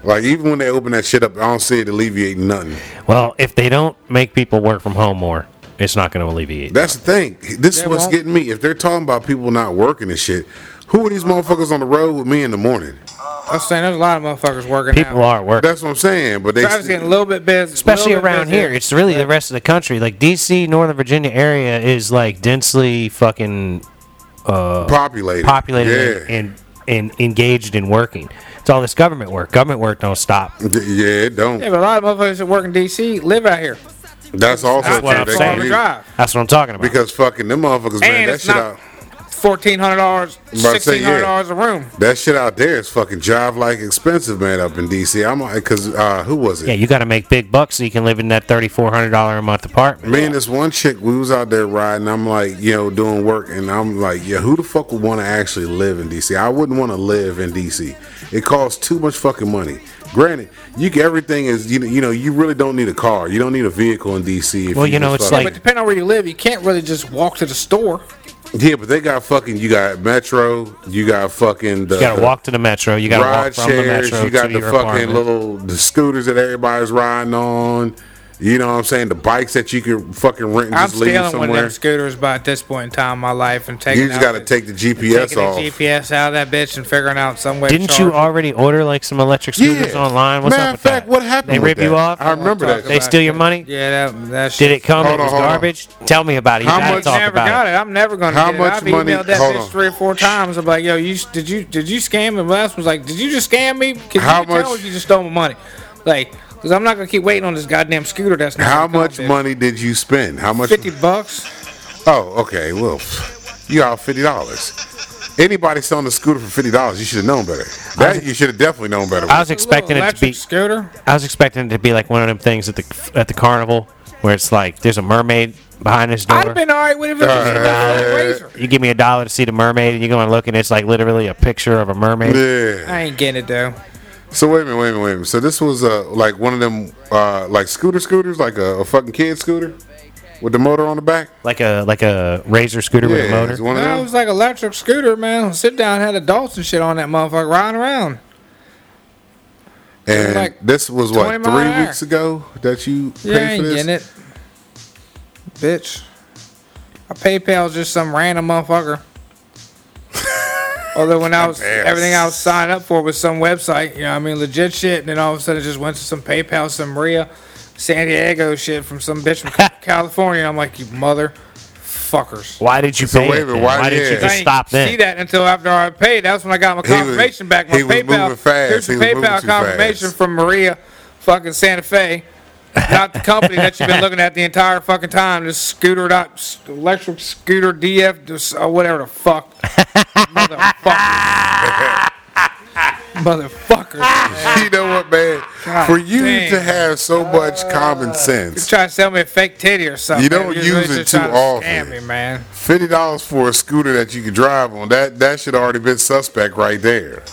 Speaker 2: Like even when they open that shit up, I don't see it alleviating nothing.
Speaker 1: Well, if they don't make people work from home more, it's not going to alleviate.
Speaker 2: That's the thing. This is
Speaker 4: They
Speaker 2: what's
Speaker 4: won't.
Speaker 2: getting me. If they're talking about people not working and shit, who are these motherfuckers on the road with me in the morning?
Speaker 4: I'm saying there's a lot of motherfuckers working.
Speaker 1: People
Speaker 4: out.
Speaker 1: aren't working,
Speaker 2: That's what I'm saying. But they
Speaker 4: Travis getting a little bit busy,
Speaker 1: especially
Speaker 4: little bit
Speaker 1: around
Speaker 4: busy.
Speaker 1: here. It's really the rest of the country. Like D.C., Northern Virginia area is like densely fucking
Speaker 2: populated.
Speaker 1: populated
Speaker 2: Yeah.
Speaker 1: and, and and engaged in working. It's all this government work. Government work don't stop.
Speaker 2: D- yeah, it don't.
Speaker 4: Yeah, but a lot of motherfuckers that work in D.C. live out here.
Speaker 2: That's also
Speaker 4: That's
Speaker 2: true.
Speaker 4: what I'm
Speaker 2: They
Speaker 4: saying.
Speaker 2: commute.
Speaker 4: Drive.
Speaker 1: That's what I'm talking about.
Speaker 2: Because fucking them motherfuckers, man,
Speaker 4: And
Speaker 2: that
Speaker 4: it's
Speaker 2: shit
Speaker 4: not-
Speaker 2: out
Speaker 4: Fourteen hundred dollars,
Speaker 2: about to say,
Speaker 4: sixteen
Speaker 2: yeah.
Speaker 4: hundred dollars a room.
Speaker 2: that shit out there is fucking drive like expensive, man, up in DC. I'm like, cause uh, who was it?
Speaker 1: yeah, you got to make big bucks so you can live in that thirty four hundred dollar a month apartment.
Speaker 2: Me and this one chick, we was out there riding. I'm like, you know, doing work, and I'm like, yeah, who the fuck would want to actually live in DC? I wouldn't want to live in DC. It costs too much fucking money. Granted, you can, everything is, you know, you know, you really don't need a car. You don't need a vehicle in DC. If
Speaker 1: Well, you know,
Speaker 2: just
Speaker 1: it's
Speaker 2: fucking-
Speaker 1: like-
Speaker 4: But depending on where you live, you can't really just walk to the store.
Speaker 2: yeah, but they got fucking, you got metro, you got fucking, the,
Speaker 1: You got to walk to the metro. You got to walk
Speaker 2: ride
Speaker 1: from the
Speaker 2: shares.
Speaker 1: metro
Speaker 2: You got
Speaker 1: to
Speaker 2: the
Speaker 1: your
Speaker 2: fucking
Speaker 1: apartment.
Speaker 2: little the scooters that everybody's riding on. You know what I'm saying? The bikes that you can fucking rent and
Speaker 4: I'm
Speaker 2: just leave
Speaker 4: stealing one of
Speaker 2: somewhere.
Speaker 4: them scooters by at this point in time in my life and taking.
Speaker 2: You just
Speaker 4: out
Speaker 2: got to
Speaker 4: the-
Speaker 2: take the GPS
Speaker 4: taking
Speaker 2: off.
Speaker 4: the GPS out of that bitch and figuring out some way. to
Speaker 1: Didn't you
Speaker 4: charge.
Speaker 1: already order like some electric scooters
Speaker 2: Yeah.
Speaker 1: online? What's
Speaker 2: Matter
Speaker 1: up
Speaker 2: of
Speaker 1: with
Speaker 2: fact,
Speaker 1: that?
Speaker 2: what happened
Speaker 1: They rip
Speaker 2: with
Speaker 1: you
Speaker 2: that?
Speaker 1: off.
Speaker 2: I remember
Speaker 4: Talk
Speaker 2: that.
Speaker 1: They
Speaker 4: about
Speaker 1: steal your
Speaker 4: that.
Speaker 1: money?
Speaker 4: Yeah, that, that
Speaker 1: Did it come? it
Speaker 2: Hold on,
Speaker 1: was
Speaker 2: hold on.
Speaker 1: garbage. Tell me about it. You
Speaker 2: How
Speaker 1: gotta
Speaker 2: much-
Speaker 1: talk
Speaker 4: never
Speaker 1: about
Speaker 4: got
Speaker 1: it.
Speaker 4: it. I'm never gonna.
Speaker 2: How
Speaker 4: get
Speaker 2: much
Speaker 4: it. I've
Speaker 2: money-
Speaker 4: emailed that
Speaker 2: hold
Speaker 4: bitch
Speaker 2: on.
Speaker 4: three or four times. I'm like, yo, you s- did you did you scam me? Last was like, did you just scam me? 'Cause
Speaker 2: How
Speaker 4: you can tell
Speaker 2: much-
Speaker 4: if you just stole my money? Like, cause I'm not gonna keep waiting on this goddamn scooter. That's not
Speaker 2: How
Speaker 4: gonna come,
Speaker 2: much
Speaker 4: bitch.
Speaker 2: money did you spend? How much?
Speaker 4: Fifty bucks.
Speaker 2: Oh, okay. Well, you out fifty dollars. Anybody selling a scooter for fifty dollars, you should have known better. That you should have definitely known better.
Speaker 1: I was expecting
Speaker 4: Little
Speaker 1: it to be.
Speaker 4: electric scooter.
Speaker 1: I was expecting it to be like one of them things at the at the carnival where it's like there's a mermaid behind this
Speaker 4: I'd have
Speaker 1: door.
Speaker 4: been all right with it if it was just a dollar razor.
Speaker 1: You give me a dollar to see the mermaid, and you go and look, and it's like literally a picture of a mermaid.
Speaker 2: yeah.
Speaker 4: I ain't getting it though.
Speaker 2: So wait a minute, wait a minute, wait a minute. So this was uh like one of them uh like scooter scooters, like a, a fucking kid scooter with the motor on the back.
Speaker 1: Like a like a razor scooter with a
Speaker 2: Yeah, it's
Speaker 1: motor.
Speaker 2: one of
Speaker 4: No, it
Speaker 2: them.
Speaker 4: was like electric scooter, man. Sit down, had adults and shit on that motherfucker riding around.
Speaker 2: And
Speaker 4: like
Speaker 2: this was what
Speaker 4: 20 mile an
Speaker 2: three
Speaker 4: hour.
Speaker 2: weeks ago that you paid
Speaker 4: Yeah, I ain't
Speaker 2: for this.
Speaker 4: getting it. Bitch. My PayPal's just some random motherfucker. Although when I
Speaker 2: *laughs*
Speaker 4: was
Speaker 2: Yes.
Speaker 4: everything I was signed up for was some website, you know, what I mean legit shit, and then all of a sudden it just went to some PayPal, some Maria, San Diego shit from some
Speaker 2: *laughs*
Speaker 4: bitch from California. I'm like, you mother fuckers.
Speaker 1: Why did you
Speaker 2: So
Speaker 1: pay?
Speaker 2: wait a
Speaker 1: it
Speaker 2: minute,
Speaker 1: then?
Speaker 2: why-
Speaker 1: Why did
Speaker 2: yeah.
Speaker 1: you
Speaker 4: I
Speaker 1: just
Speaker 4: didn't
Speaker 1: stop
Speaker 4: See
Speaker 1: then?
Speaker 4: that until after I paid. That's when I got my
Speaker 2: He was-
Speaker 4: confirmation back. My
Speaker 2: he was
Speaker 4: PayPal.
Speaker 2: moving fast.
Speaker 4: Here's the
Speaker 2: He was moving
Speaker 4: PayPal
Speaker 2: too
Speaker 4: confirmation
Speaker 2: fast.
Speaker 4: from Maria, fucking Santa Fe, not the company that you've been looking at the entire fucking time. This scooter dot s- electric scooter DF just, uh, whatever the fuck, motherfucker,
Speaker 2: *laughs*
Speaker 4: motherfucker.
Speaker 2: you know what, man?
Speaker 4: God
Speaker 2: for you
Speaker 4: dang. Uh,
Speaker 2: to have so much common sense,
Speaker 4: Trying to sell me a fake titty or something.
Speaker 2: You don't
Speaker 4: You're
Speaker 2: use
Speaker 4: just
Speaker 2: it too
Speaker 4: trying to Scam
Speaker 2: often.
Speaker 4: me, man.
Speaker 2: fifty dollars for a scooter that you could drive on that that should already been suspect right there.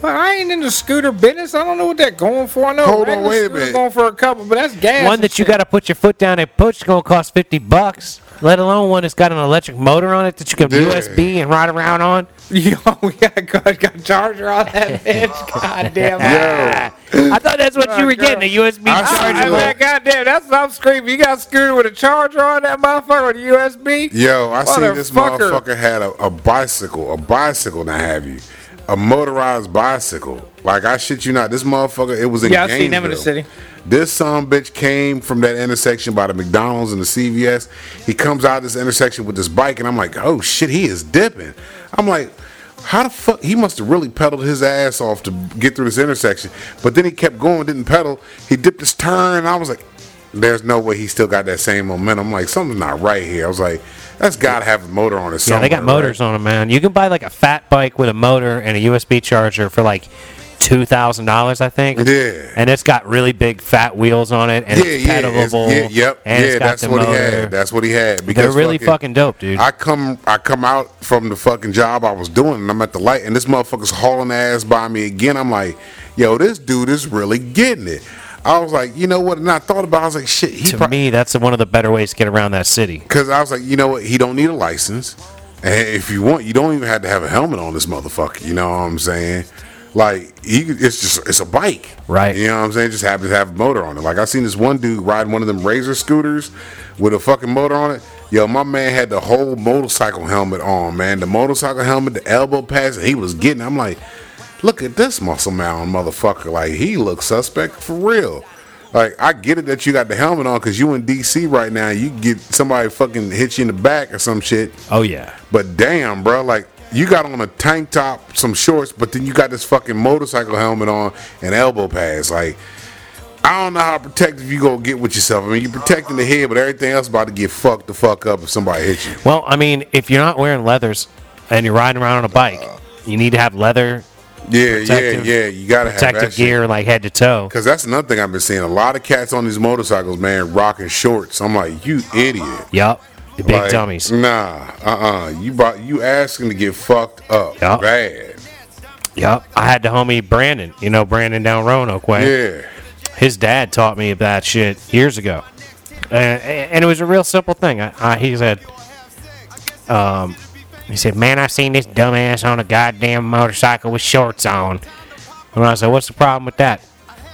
Speaker 4: But I ain't in the scooter business. I don't know what they're going for. I know
Speaker 2: Hold on,
Speaker 4: regular
Speaker 2: wait a
Speaker 4: scooter's
Speaker 2: minute.
Speaker 4: Going for a couple, but that's gas.
Speaker 1: One
Speaker 4: and
Speaker 1: that you
Speaker 4: shit.
Speaker 1: got to put your foot down and push going to cost fifty bucks. Let alone one that's got an electric motor on it that you can
Speaker 2: Yeah.
Speaker 1: USB and ride around on.
Speaker 4: *laughs* Yo, we got a, got a charger on
Speaker 1: *laughs*
Speaker 4: that bitch. God damn.
Speaker 2: Yo,
Speaker 1: I thought that's what you were
Speaker 4: girl.
Speaker 1: getting a USB
Speaker 2: I
Speaker 4: I
Speaker 1: charger.
Speaker 2: saw
Speaker 4: mean,
Speaker 2: you.
Speaker 4: God damn, that's what I'm screaming. You got a scooter with a charger on that motherfucker with a USB?
Speaker 2: Yo, I seen this
Speaker 4: Motherfucker.
Speaker 2: motherfucker had a, a bicycle, a bicycle now have you. a motorized bicycle. Like I shit you not, this motherfucker. It was in
Speaker 4: Yeah, I've seen them in the
Speaker 2: Gainesville.
Speaker 4: city.
Speaker 2: This son bitch came from that intersection by the McDonald's and the CVS. He comes out of this intersection with this bike, and I'm like, oh shit, he is dipping. I'm like, how the fuck? He must have really pedaled his ass off to get through this intersection. But then he kept going, didn't pedal. He dipped his turn. I was like, there's no way he still got that same momentum. I'm like, something's not right here. I was like, that's got to have a motor on it
Speaker 1: Yeah,
Speaker 2: somewhere.
Speaker 1: they got
Speaker 2: right?
Speaker 1: motors on them, man. You can buy like a fat bike with a motor and a USB charger for like two thousand dollars, I think.
Speaker 2: Yeah.
Speaker 1: And it's got really big fat wheels on it, and it's
Speaker 2: it's-
Speaker 1: pedalable.
Speaker 2: yeah, yep.
Speaker 1: And
Speaker 2: yeah,
Speaker 1: it's got
Speaker 2: that's
Speaker 1: the
Speaker 2: what
Speaker 1: motor.
Speaker 2: he had. That's what he had.
Speaker 1: They're really fucking, dope, dude.
Speaker 2: I come, I come out from the fucking job I was doing, and I'm at the light, and this motherfucker's hauling ass by me again. I'm like, yo, this dude is really getting it. I was like, you know what? And I thought about, it, I was like, shit. He
Speaker 1: to
Speaker 2: prob-
Speaker 1: me, that's one of the better ways to get around that city.
Speaker 2: Because I was like, you know what? He don't need a license. And if you want, you don't even have to have a helmet on this motherfucker. You know what I'm saying? Like, he, could- it's just, it's a bike.
Speaker 1: Right.
Speaker 2: You know what I'm saying? Just happens to have a motor on it. Like, I seen this one dude riding one of them Razor scooters with a fucking motor on it. Yo, my man had the whole motorcycle helmet on, man. The motorcycle helmet, the elbow pads, and he was getting. I'm like, look at this muscle mound motherfucker. Like, he looks suspect for real. Like I get it that you got the helmet on because you in DC right now. You get somebody fucking hit you in the back or some shit.
Speaker 1: Oh yeah.
Speaker 2: But damn, bro, like you got on a tank top, some shorts, but then you got this fucking motorcycle helmet on and elbow pads. Like I don't know how protective you gonna get with yourself. I mean, you protecting the head, but everything else about to get fucked the fuck up if somebody hits you.
Speaker 1: Well, I mean, if you're not wearing leathers and you're riding around on a bike, you need to have leather
Speaker 2: Yeah,
Speaker 1: Protective-
Speaker 2: yeah, yeah. You gotta have that
Speaker 1: protective
Speaker 2: shit.
Speaker 1: gear like head to toe.
Speaker 2: Cause that's another thing I've been seeing. A lot of cats on these motorcycles, man, rocking shorts. I'm like, you idiot.
Speaker 1: Yup. The big
Speaker 2: Like,
Speaker 1: dummies.
Speaker 2: Nah, uh, uh You brought you asking to get fucked up
Speaker 1: Yeah.
Speaker 2: bad.
Speaker 1: Yup. I had the homie Brandon. You know Brandon down Roanoke way.
Speaker 2: Yeah,
Speaker 1: his dad taught me that shit years ago, and, and it was a real simple thing. I, I, he said, um, he said, "Man, I seen this dumbass on a goddamn motorcycle with shorts on." And I said, "What's the problem with that?"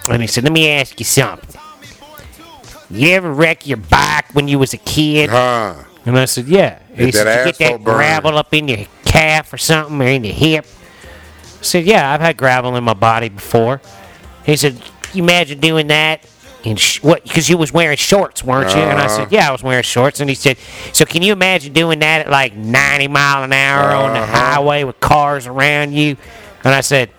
Speaker 1: And he said, "Let me ask you something. You ever wreck your bike when you was a kid?"
Speaker 2: huh?
Speaker 1: And I said, "Yeah." He
Speaker 2: Did that
Speaker 1: said, "You get
Speaker 2: asphalt
Speaker 1: that
Speaker 2: burn?"
Speaker 1: gravel up in your calf or something, or in your hip." I said, "Yeah, I've had gravel in my body before." He said, "Can "You imagine doing that?" And sh- what? Because you was wearing shorts, weren't you? And I
Speaker 2: Uh-huh.
Speaker 1: said, "Yeah, I was wearing shorts." And he said, "So can you imagine doing that at like 90 mile an hour on the
Speaker 2: Uh-huh.
Speaker 1: highway with cars around you?" And I said,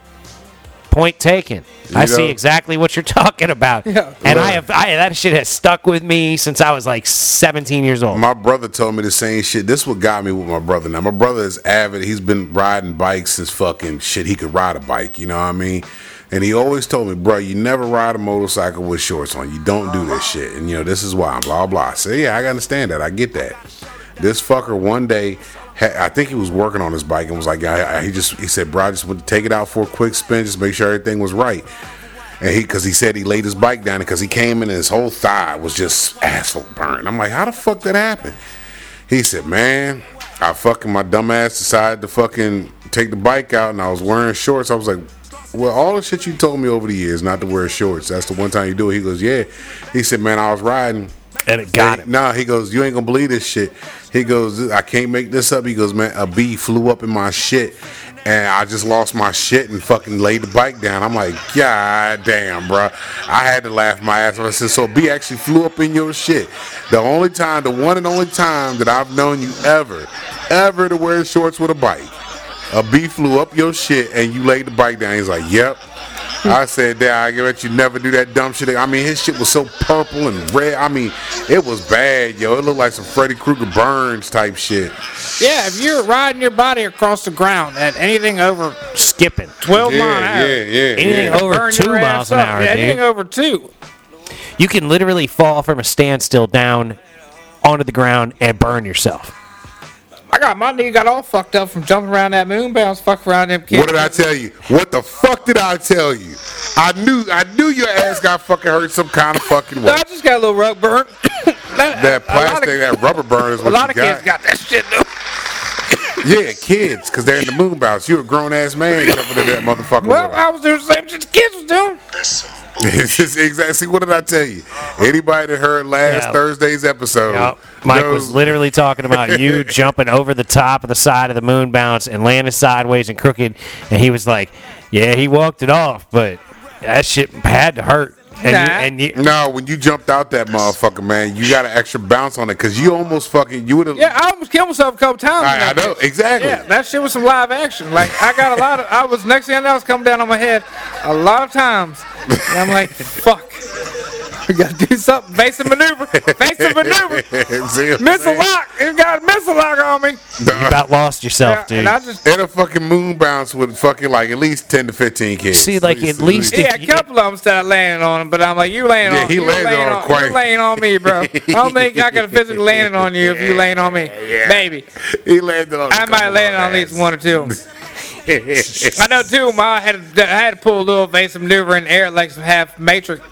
Speaker 1: "Point taken. I
Speaker 2: You
Speaker 1: see
Speaker 2: know-
Speaker 1: exactly what you're *laughs* talking about."
Speaker 4: Yeah.
Speaker 1: and I
Speaker 2: Right.
Speaker 1: have I, that shit has stuck with me since I was like 17 years old.
Speaker 2: My brother told me the same shit. This what got me with my brother. Now my brother is avid. He's been riding bikes since fucking shit. He could ride a bike. You know what I mean? And he always told me, bro, you never ride a motorcycle with shorts on. You don't do this shit. And you know this is why. Blah blah. I said, yeah, I understand that. I get that. This fucker one day, ha- I think he was working on his bike and was like, I, I- he just he said, bro, I just would take it out for a quick spin, just make sure everything was right. And he, because he said he laid his bike down because he came in and his whole thigh was just asphalt burned. I'm like, how the fuck that happened? He said, man, I fucking, my dumb ass decided to fucking take the bike out and I was wearing shorts. I was like, well, all the shit you told me over the years not to wear shorts. That's the one time you do it. He goes, yeah. He said, man, I was riding.
Speaker 1: and it got him.
Speaker 2: Nah, he goes, you ain't gonna believe this shit. He goes, I can't make this up. He goes, man, a bee flew up in my shit, and I just lost my shit and fucking laid the bike down. I'm like, god damn, bro. I had to laugh my ass off. I said, so a bee actually flew up in your shit. The only time, the one and only time that I've known you ever, ever to wear shorts with a bike. A bee flew up your shit and you laid the bike down. He's like, yep. I said that I bet you never do that dumb shit. I mean, his shit was so purple and red. I mean, it was bad, yo. It looked like some Freddy Krueger Burns type shit.
Speaker 4: Yeah, if you're riding your body across the ground at anything over
Speaker 1: Skipping.
Speaker 4: 12 mile an
Speaker 2: Yeah,
Speaker 4: hour,
Speaker 2: yeah, yeah.
Speaker 1: Anything
Speaker 2: yeah.
Speaker 1: else? Over
Speaker 4: burn
Speaker 1: two
Speaker 4: your ass
Speaker 1: miles an
Speaker 4: up.
Speaker 1: hour,
Speaker 4: Yeah, anything
Speaker 1: dude.
Speaker 4: over two.
Speaker 1: You can literally fall from a standstill down onto the ground and burn yourself.
Speaker 4: I got my knee got all fucked up from jumping around that moon bounce, fuck around them kids.
Speaker 2: What did I tell you? What the fuck did I tell you? I knew, I knew your ass got fucking hurt some kind of fucking
Speaker 4: *laughs* No,
Speaker 2: way.
Speaker 4: I just got *laughs* a little rug burn. *coughs* that,
Speaker 2: That
Speaker 4: a lot of-
Speaker 2: plastic, that rubber burn is
Speaker 4: A
Speaker 2: what
Speaker 4: lot
Speaker 2: you
Speaker 4: of kids got that shit though.
Speaker 2: Yeah, kids, because they're in the
Speaker 4: *laughs*
Speaker 2: moon bounce. You're a grown ass man jumping in that motherfucker. *laughs*
Speaker 4: Well,
Speaker 2: with a-
Speaker 4: I was doing the same shit the kids was doing.
Speaker 2: It's just exactly what did I tell you? Anybody that heard last
Speaker 1: Yeah.
Speaker 2: Thursday's episode,
Speaker 1: Yep. Mike
Speaker 2: knows-
Speaker 1: was literally talking about *laughs* you jumping over the top of the side of the moon bounce and landing sideways and crooked. And he was like, Yeah, he walked it off, but that shit had to hurt. And,
Speaker 4: Nah.
Speaker 1: you, and you,
Speaker 2: No, when you jumped out that motherfucker, man, you got an extra bounce on it because you almost fucking you would have.
Speaker 4: Yeah, I almost killed myself a couple times.
Speaker 2: I, I know exactly.
Speaker 4: Yeah, that shit was some live action. Like I got a lot of. I was next thing I know, I was coming down on my head a lot of times, and I'm like, fuck. We gotta do something. Face the maneuver. Face the
Speaker 2: *laughs*
Speaker 4: maneuver.
Speaker 2: See what I'm
Speaker 4: Missile
Speaker 2: saying?
Speaker 4: lock. You got a missile lock on me.
Speaker 1: you about lost yourself,
Speaker 4: Yeah,
Speaker 1: dude.
Speaker 4: and I just
Speaker 2: And a fucking moon bounce with fucking like at least ten to fifteen kids.
Speaker 1: See, like, at least-
Speaker 4: Yeah, a couple of them started laying on him, but I'm like, you laying
Speaker 2: Yeah,
Speaker 4: on
Speaker 2: he
Speaker 4: you
Speaker 2: landed
Speaker 4: laying
Speaker 2: on him
Speaker 4: on,
Speaker 2: quite-
Speaker 4: you laying on me, bro. I don't think I could physically land on you if
Speaker 2: *laughs*
Speaker 4: you laying on me, Maybe
Speaker 2: he landed on. a
Speaker 4: I
Speaker 2: couple
Speaker 4: might land on
Speaker 2: of
Speaker 4: at least
Speaker 2: ass.
Speaker 4: one or two. I know two. of 'em, I had to, I had to pull a little evasive maneuver in the air like some half matrix,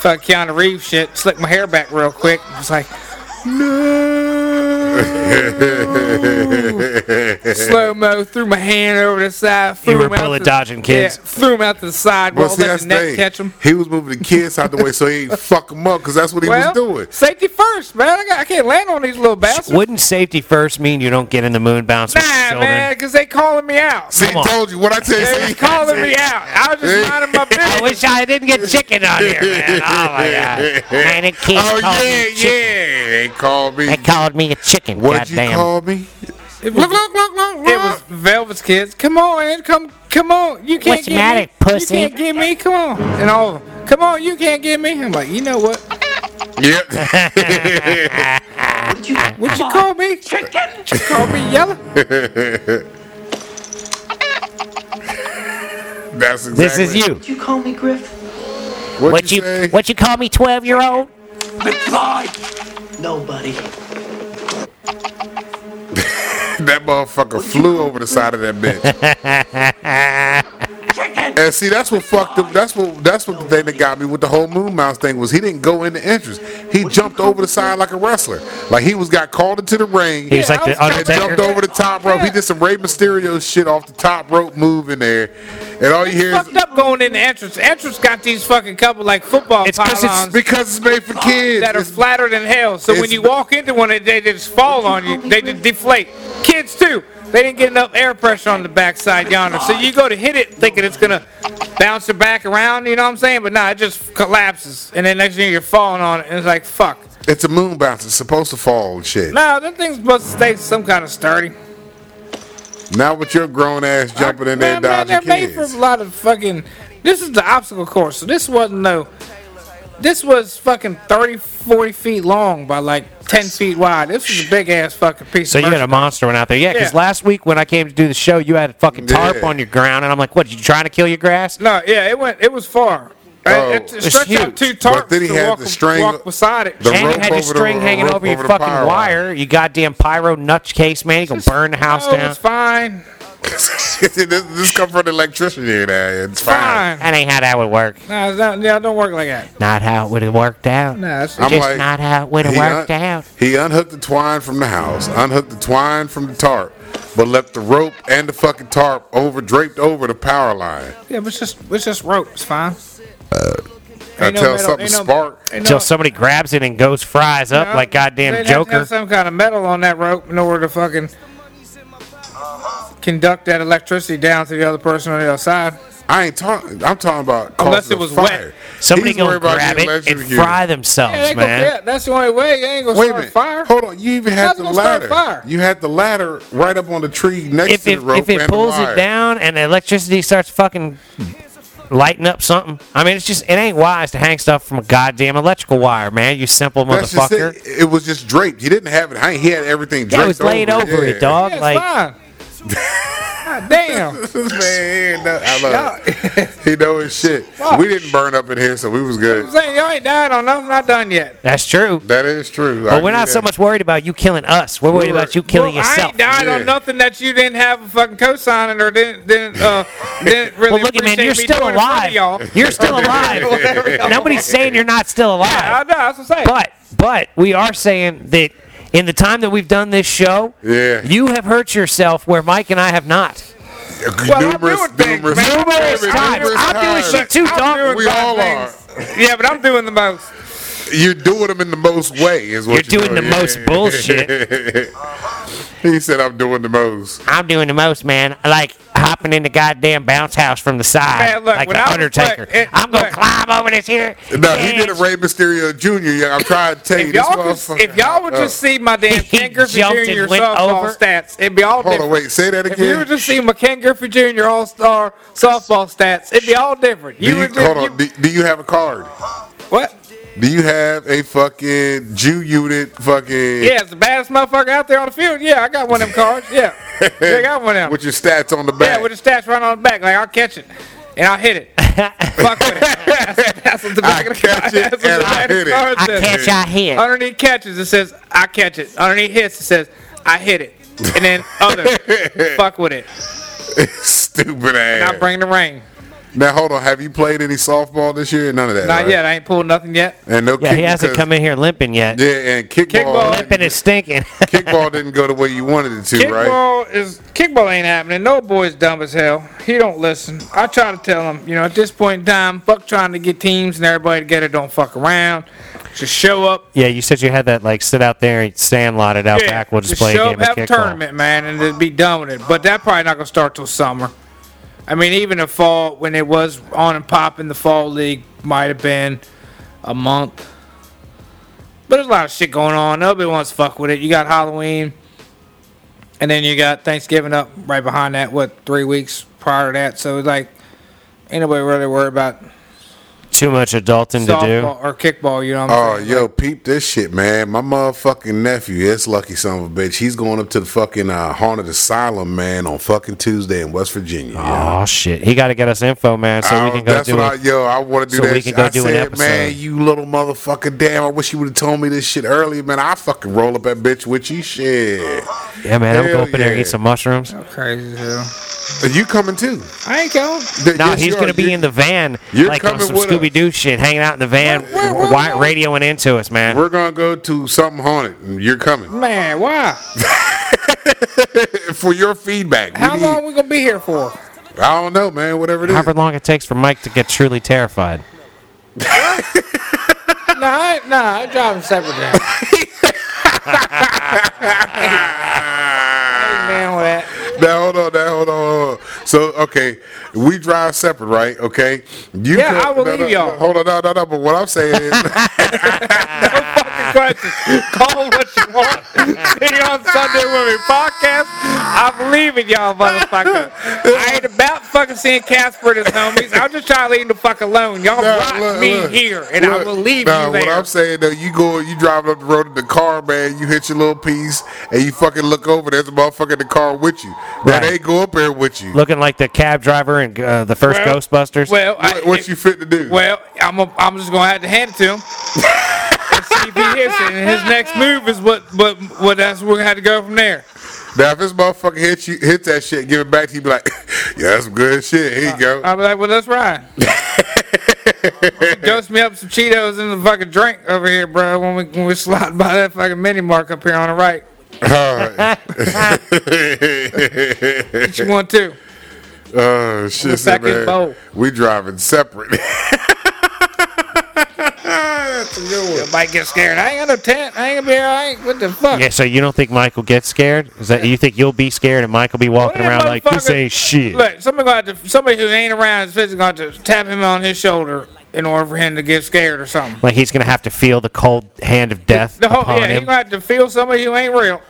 Speaker 4: fuck Keanu Reeves shit. Slick my hair back real quick. I was like, slow mo. Threw my hand over the side. Threw
Speaker 1: were
Speaker 4: him out
Speaker 1: bullet
Speaker 4: the-
Speaker 1: dodging kids.
Speaker 4: Yeah, threw him out to the
Speaker 2: But
Speaker 4: sidewalk.
Speaker 2: see,
Speaker 4: Let
Speaker 2: that's
Speaker 4: the
Speaker 2: the
Speaker 4: net catch him.
Speaker 2: thing. He was moving the kids out the way so he didn't fuck them up because that's what he was doing.
Speaker 4: Safety first, man. I, got, I can't land on these little bastards.
Speaker 1: Wouldn't safety first mean you don't get in the moon bounce with your
Speaker 4: Nah,
Speaker 1: children?
Speaker 4: man, because they calling me out.
Speaker 2: See,
Speaker 1: Come on.
Speaker 2: told you what I tell you.
Speaker 4: They was
Speaker 2: see? *laughs*
Speaker 4: calling me out. I was just minding my
Speaker 1: I
Speaker 4: business.
Speaker 1: wish I didn't get chicken on here, man. Oh my god,
Speaker 2: *laughs*
Speaker 4: *laughs*
Speaker 1: man, it keeps
Speaker 2: oh
Speaker 1: calling
Speaker 2: yeah,
Speaker 1: me chicken.
Speaker 2: yeah. They called me.
Speaker 1: They called me a chicken.
Speaker 2: What'd you
Speaker 1: goddamn.
Speaker 2: call me?
Speaker 4: It was, look, look, look, look. It was Velvet's kids. Come on, man. Come, come on. You can't
Speaker 1: What's the
Speaker 4: get
Speaker 1: matter,
Speaker 4: me.
Speaker 1: pussy?
Speaker 4: You can't get me. Come on. And all of them. Come on, you can't get me. I'm like, you know what?
Speaker 2: Yep.
Speaker 4: What you call me? Chicken. You call me yellow?
Speaker 2: *laughs* That's exactly.
Speaker 1: This is you.
Speaker 3: You call me Griff?
Speaker 2: What,
Speaker 1: What you
Speaker 2: say?
Speaker 1: what you call me, twelve year old?
Speaker 3: Nobody.
Speaker 2: That motherfucker flew over the side of
Speaker 1: *laughs*
Speaker 2: that bitch. and see, that's what fucked him. That's what that's what the thing that got me with the whole moon mouse thing was he didn't go in the entrance. He jumped over the side like a wrestler. Like he was got called into the ring.
Speaker 1: He was
Speaker 4: Yeah,
Speaker 1: like
Speaker 4: I was
Speaker 1: the
Speaker 4: trying to
Speaker 2: and jumped
Speaker 1: Undertaker.
Speaker 2: over the top rope. He did some Rey Mysterio shit off the top rope move in there, and all you hear
Speaker 4: Fucked
Speaker 2: is
Speaker 4: up going in the entrance. Entrance got these fucking couple like football
Speaker 1: It's 'cause it's
Speaker 4: pylons.
Speaker 2: because it's made for kids.
Speaker 4: that are
Speaker 2: It's-
Speaker 4: flatter than hell. So when
Speaker 2: it's-
Speaker 4: you walk into one, they, they just fall on you. They just deflate. Kids too. They didn't get enough air pressure on the backside yonder. So you go to hit it thinking it's gonna bounce it back around. You know what I'm saying? But nah, it just collapses. And then next thing you're falling on it, and it's like fuck.
Speaker 2: It's a moon bounce. It's supposed to fall and shit.
Speaker 4: No, them things must stay some kind of sturdy.
Speaker 2: Now with your grown ass jumping in there
Speaker 4: Man, man,
Speaker 2: dodging
Speaker 4: they're made for
Speaker 2: kids.
Speaker 4: a lot of fucking. This is the obstacle course. So this wasn't no. This was fucking 30, 40 feet long by like 10 feet wide. This was a big ass fucking piece
Speaker 1: So
Speaker 4: of
Speaker 1: you had
Speaker 4: merchandise.
Speaker 1: a monster one out there, yeah? Because
Speaker 4: Yeah.
Speaker 1: last week when I came to do the show, you had a fucking tarp
Speaker 2: Yeah.
Speaker 1: on your ground, and I'm like, "What? You trying to kill your grass?"
Speaker 4: No, yeah, it went. It was far.
Speaker 2: Oh,
Speaker 4: it, it
Speaker 1: it's
Speaker 4: stretched out
Speaker 1: huge.
Speaker 4: two tarps
Speaker 2: But then he
Speaker 4: to
Speaker 2: had
Speaker 4: walk,
Speaker 2: the string-
Speaker 4: walk beside it.
Speaker 2: the
Speaker 1: and
Speaker 2: rope
Speaker 1: you had your
Speaker 2: over the-
Speaker 1: string hanging
Speaker 2: rope
Speaker 1: over your
Speaker 2: over the
Speaker 1: fucking
Speaker 2: power line.
Speaker 1: wire. You goddamn pyro nutcase, man! You gonna burn the house
Speaker 4: oh,
Speaker 1: down?
Speaker 4: It's fine.
Speaker 2: *laughs* this, this come from the electrician here now. It's fine.
Speaker 4: Fine.
Speaker 1: That ain't how that would work.
Speaker 4: No, it's not, yeah, don't work like that.
Speaker 1: Not how it would have worked out.
Speaker 4: No, it's,
Speaker 2: I'm
Speaker 1: Just
Speaker 2: like,
Speaker 1: not how it would have
Speaker 2: he un-
Speaker 1: worked out.
Speaker 2: He unhooked the twine from the house, unhooked the twine from the tarp, but left the rope and the fucking tarp over draped over the power line
Speaker 4: yeah, but it's just it's just rope. It's fine. Ain't
Speaker 2: until something
Speaker 4: ain't no-
Speaker 2: sparked.
Speaker 4: ain't no-
Speaker 1: Until somebody grabs it and goes fries up
Speaker 4: no,
Speaker 1: like
Speaker 4: they'd
Speaker 1: goddamn
Speaker 4: have to
Speaker 1: Joker.
Speaker 4: Have some kind of metal on that rope in order to fucking conduct that electricity down to the other person on the other side.
Speaker 2: I ain't talking. I'm talking about
Speaker 4: Unless
Speaker 2: causes
Speaker 4: it
Speaker 2: of
Speaker 4: was
Speaker 2: fire.
Speaker 4: wet.
Speaker 1: Somebody
Speaker 2: He's
Speaker 1: gonna
Speaker 2: worried about
Speaker 1: grab
Speaker 2: getting
Speaker 1: it and
Speaker 2: electrocuted.
Speaker 1: fry themselves,
Speaker 4: Yeah, they gonna-
Speaker 1: man.
Speaker 4: yeah, that's the only way. You ain't gonna
Speaker 2: Oh, Wait a
Speaker 4: start
Speaker 2: minute.
Speaker 4: fire.
Speaker 2: Hold on. You even had
Speaker 4: How's it
Speaker 2: the
Speaker 4: gonna start
Speaker 2: ladder.
Speaker 4: fire?
Speaker 2: You had the ladder right up on the tree next
Speaker 1: if
Speaker 2: to
Speaker 1: it,
Speaker 2: the rope
Speaker 1: if it
Speaker 2: and the
Speaker 1: pulls
Speaker 2: wire.
Speaker 1: it down and the electricity starts fucking lighting up something, I mean, it's just it ain't wise to hang stuff from a goddamn electrical wire, man. You simple
Speaker 2: That's just
Speaker 1: motherfucker.
Speaker 2: it. It was just draped. He didn't have it. hang- He had everything draped
Speaker 1: Yeah, it was laid over
Speaker 2: Yeah.
Speaker 1: it, dog.
Speaker 4: Yeah, it's
Speaker 1: like
Speaker 4: fine.
Speaker 2: *laughs*
Speaker 4: God damn.
Speaker 2: This man, no, I love it. He know his shit. We didn't burn up in here, so we was good.
Speaker 4: I'm saying y'all ain't died on nothing. Not done yet.
Speaker 1: that's true.
Speaker 2: That is true. I
Speaker 1: But we're
Speaker 2: knew
Speaker 1: not so
Speaker 2: that.
Speaker 1: much worried about you killing us. We're worried
Speaker 2: We're-
Speaker 1: about you killing
Speaker 4: Well, I
Speaker 1: yourself.
Speaker 4: ain't died
Speaker 2: Yeah.
Speaker 4: on nothing that you didn't have a fucking cosign or didn't
Speaker 2: *laughs*
Speaker 4: didn't uh didn't really
Speaker 1: Well, look at
Speaker 4: appreciate
Speaker 1: man, you're
Speaker 4: me
Speaker 1: still
Speaker 4: doing in front
Speaker 1: alive. *laughs*
Speaker 4: of y'all.
Speaker 1: You're
Speaker 4: *laughs*
Speaker 1: still alive. Nobody's saying you're not still alive.
Speaker 4: I know. That's what I'm saying.
Speaker 1: But but we are saying that in the time that we've done this show,
Speaker 2: Yeah.
Speaker 1: you have hurt yourself where Mike and I have not.
Speaker 4: Well, I'm doing things, man.
Speaker 1: Numerous times. I'm doing shit too,
Speaker 4: I'm
Speaker 1: dog.
Speaker 4: doing
Speaker 2: We
Speaker 4: bad
Speaker 2: all
Speaker 4: things. Yeah, but I'm doing the most.
Speaker 2: You're doing them in the most way, is what
Speaker 1: You're doing the *laughs* most bullshit.
Speaker 2: *laughs* He said, "I'm doing the most."
Speaker 1: I'm doing the most, man. Like hopping in the goddamn bounce house from the side,
Speaker 4: Man, look,
Speaker 1: like
Speaker 4: when
Speaker 1: the
Speaker 4: I was-
Speaker 1: Undertaker.
Speaker 4: look, it-
Speaker 1: I'm gonna
Speaker 4: look.
Speaker 1: climb over this here.
Speaker 2: No, he did a
Speaker 1: bitch.
Speaker 2: Rey Mysterio Jr. Yeah, I'm trying to tell you
Speaker 4: If
Speaker 2: this
Speaker 4: y'all, could,
Speaker 2: motherfucker-
Speaker 4: if y'all would just see my
Speaker 1: *laughs*
Speaker 4: damn
Speaker 1: He
Speaker 4: Ken Griffey
Speaker 1: jumped and
Speaker 4: Jr.
Speaker 1: went
Speaker 4: softball
Speaker 1: over.
Speaker 4: stats, it'd be all
Speaker 2: Uh, hold
Speaker 4: different.
Speaker 2: on, wait, say that
Speaker 4: If you were
Speaker 2: again.
Speaker 4: to see my Ken Griffey Jr. All Star softball stats, it'd be all different.
Speaker 2: Do
Speaker 4: You
Speaker 2: you, hold
Speaker 4: would just,
Speaker 2: on.
Speaker 4: you,
Speaker 2: Do, do you have a card?
Speaker 4: what?
Speaker 2: Do you have a fucking Jew unit fucking
Speaker 4: Yeah, it's the baddest motherfucker out there on the field. Yeah, I got one of them cards.
Speaker 2: *laughs*
Speaker 4: Yeah, yeah I got one of them.
Speaker 2: with your stats on the
Speaker 4: yeah,
Speaker 2: back?
Speaker 4: with the stats right on the back. Like I'll catch it and I'll
Speaker 1: *laughs*
Speaker 4: hit it. Fuck with it. *laughs* That's, that's what the back
Speaker 2: I
Speaker 4: of the card.
Speaker 2: catch it
Speaker 4: that's what the
Speaker 2: and I
Speaker 4: back of the
Speaker 2: hit it.
Speaker 4: card
Speaker 1: I
Speaker 4: says.
Speaker 1: catch, I hit.
Speaker 4: Underneath catches, it says, I catch it. Underneath hits, it says, I hit it.
Speaker 2: *laughs*
Speaker 4: And then other, fuck with it.
Speaker 2: Stupid
Speaker 4: Now
Speaker 2: ass.
Speaker 4: bring the rain.
Speaker 2: now hold on. Have you played any softball this year? None of that.
Speaker 4: Not
Speaker 2: right?
Speaker 4: yet. I ain't pulled nothing yet.
Speaker 2: And no.
Speaker 1: Yeah, he hasn't come in here limping yet.
Speaker 2: Yeah, and kickball.
Speaker 4: Kickball.
Speaker 1: Limping is stinking. *laughs*
Speaker 2: kickball didn't go the way you wanted it to, right?
Speaker 4: Kickball is kickball ain't happening. No boy's dumb as hell. He don't listen. I try to tell him, you know, at this point in time, fuck trying to get teams and everybody together. Don't fuck around. Just show up.
Speaker 1: yeah, you said you had that like sit out there and sandlot it out back. We'll just, play a
Speaker 4: show
Speaker 1: game
Speaker 4: up,
Speaker 1: of
Speaker 4: have a
Speaker 1: kickball.
Speaker 4: tournament, man, and just be done with it. But that probably not gonna start till summer. I mean, even the fall when it was on and popping, the fall league might have been a month. But there's a lot of shit going on. Nobody wants to fuck with it. You got Halloween, and then you got Thanksgiving up right behind that. What three weeks prior to that? So it's like ain't nobody really worried about
Speaker 1: Too much adulting to do.
Speaker 4: softball or kickball. You know what I'm
Speaker 2: Oh, yo, peep this shit, man. My motherfucking nephew, this lucky son of a bitch, he's going up to the fucking uh, haunted asylum, man, on fucking Tuesday in West Virginia. yo.
Speaker 1: Oh shit, he got to get us info, man, so we
Speaker 2: Oh,
Speaker 1: can go
Speaker 2: that's
Speaker 1: do
Speaker 2: what
Speaker 1: it.
Speaker 2: I, yo, I want to do
Speaker 1: so
Speaker 2: that.
Speaker 1: we can go
Speaker 2: I
Speaker 1: do an
Speaker 2: said,
Speaker 1: episode.
Speaker 2: man, you little motherfucker, damn! I wish you would have told me this shit earlier, man. I fucking roll up that bitch with you, shit.
Speaker 1: yeah, man, I'm
Speaker 2: Hell
Speaker 1: going up in there and
Speaker 2: yeah.
Speaker 1: eat some mushrooms.
Speaker 4: saying? Crazy as hell.
Speaker 2: You coming too?
Speaker 4: I ain't going.
Speaker 2: Th-
Speaker 1: No,
Speaker 2: yes,
Speaker 1: he's
Speaker 2: you
Speaker 1: gonna
Speaker 2: are.
Speaker 1: be
Speaker 2: You-
Speaker 1: in the van,
Speaker 2: you're
Speaker 1: like on
Speaker 2: coming
Speaker 1: some
Speaker 2: with us.
Speaker 1: Scooby Doo shit, hanging out in the van,
Speaker 4: Where- where-
Speaker 1: wi-
Speaker 4: where-
Speaker 1: radioing into us, man.
Speaker 2: We're gonna go to something haunted. and You're coming
Speaker 4: Man, why?
Speaker 2: Uh, for your feedback. We
Speaker 4: How
Speaker 2: need-
Speaker 4: long we gonna be here for?
Speaker 2: I don't know, man. Whatever it is.
Speaker 1: However long it takes for Mike to get truly terrified.
Speaker 4: No, I, no, I drive
Speaker 2: *laughs*
Speaker 4: him separate down. Man, with that.
Speaker 2: Now hold on, now hold on, hold on. So okay, we drive separate, right? Okay, you.
Speaker 4: Yeah, I will
Speaker 2: no,
Speaker 4: leave
Speaker 2: no,
Speaker 4: y'all.
Speaker 2: Hold on, no, no, no. But what I'm
Speaker 1: *laughs*
Speaker 2: saying is,
Speaker 4: Fucking questions. Call what you want. See you on Sunday with me podcast. I'm leaving y'all, motherfucker. I ain't about fucking seeing Casper and his homies. I'm just trying to leave him the fuck alone. Y'all
Speaker 2: Nah,
Speaker 4: brought
Speaker 2: look,
Speaker 4: me
Speaker 2: look,
Speaker 4: here, and I
Speaker 2: look,
Speaker 4: will leave
Speaker 2: nah,
Speaker 4: you there.
Speaker 2: What I'm saying though, you go, you driving up the road in the car, man. You hit your little piece, and you fucking look over. There's a motherfucker in the car with you. Now
Speaker 1: Right.
Speaker 2: they go up there with you.
Speaker 1: Looking like the cab driver in uh, the first
Speaker 4: Well-
Speaker 1: Ghostbusters.
Speaker 4: well, I,
Speaker 2: what what you fit to do?
Speaker 4: well, I'm a, I'm just gonna have to hand it to him. and see if he hits it. And his next move is what what what that's we're gonna have to go from there.
Speaker 2: now if this motherfucker hits you, hit that shit, give it back to you, be like, *laughs* yeah, that's some good shit.
Speaker 4: Uh,
Speaker 2: Here you go.
Speaker 4: I'll be like, well, let's ride. Ghost me up some Cheetos and a fucking drink over here, bro. When we when we slide by that fucking mini mark up here on the right,
Speaker 2: Alright.
Speaker 4: what you want to?
Speaker 2: *laughs* oh shit,
Speaker 4: second
Speaker 2: man.
Speaker 4: bowl.
Speaker 2: We driving separate. *laughs* That's a good one.
Speaker 4: Might get scared. I ain't got no tent. I ain't gonna be. all right. What the fuck?
Speaker 1: yeah, so you don't think Mike will get scared? Is that you think you'll be scared and Mike will be walking
Speaker 4: Well, that
Speaker 1: around like this
Speaker 4: motherfucker-
Speaker 1: ain't shit?
Speaker 4: Look, somebody gonna have to, somebody who ain't around is physically gonna have to tap him on his shoulder in order for him to get scared or something.
Speaker 1: Like he's gonna have to feel the cold hand of death
Speaker 4: The whole
Speaker 1: upon
Speaker 4: yeah, you
Speaker 1: him.
Speaker 4: gonna have to feel somebody who ain't real.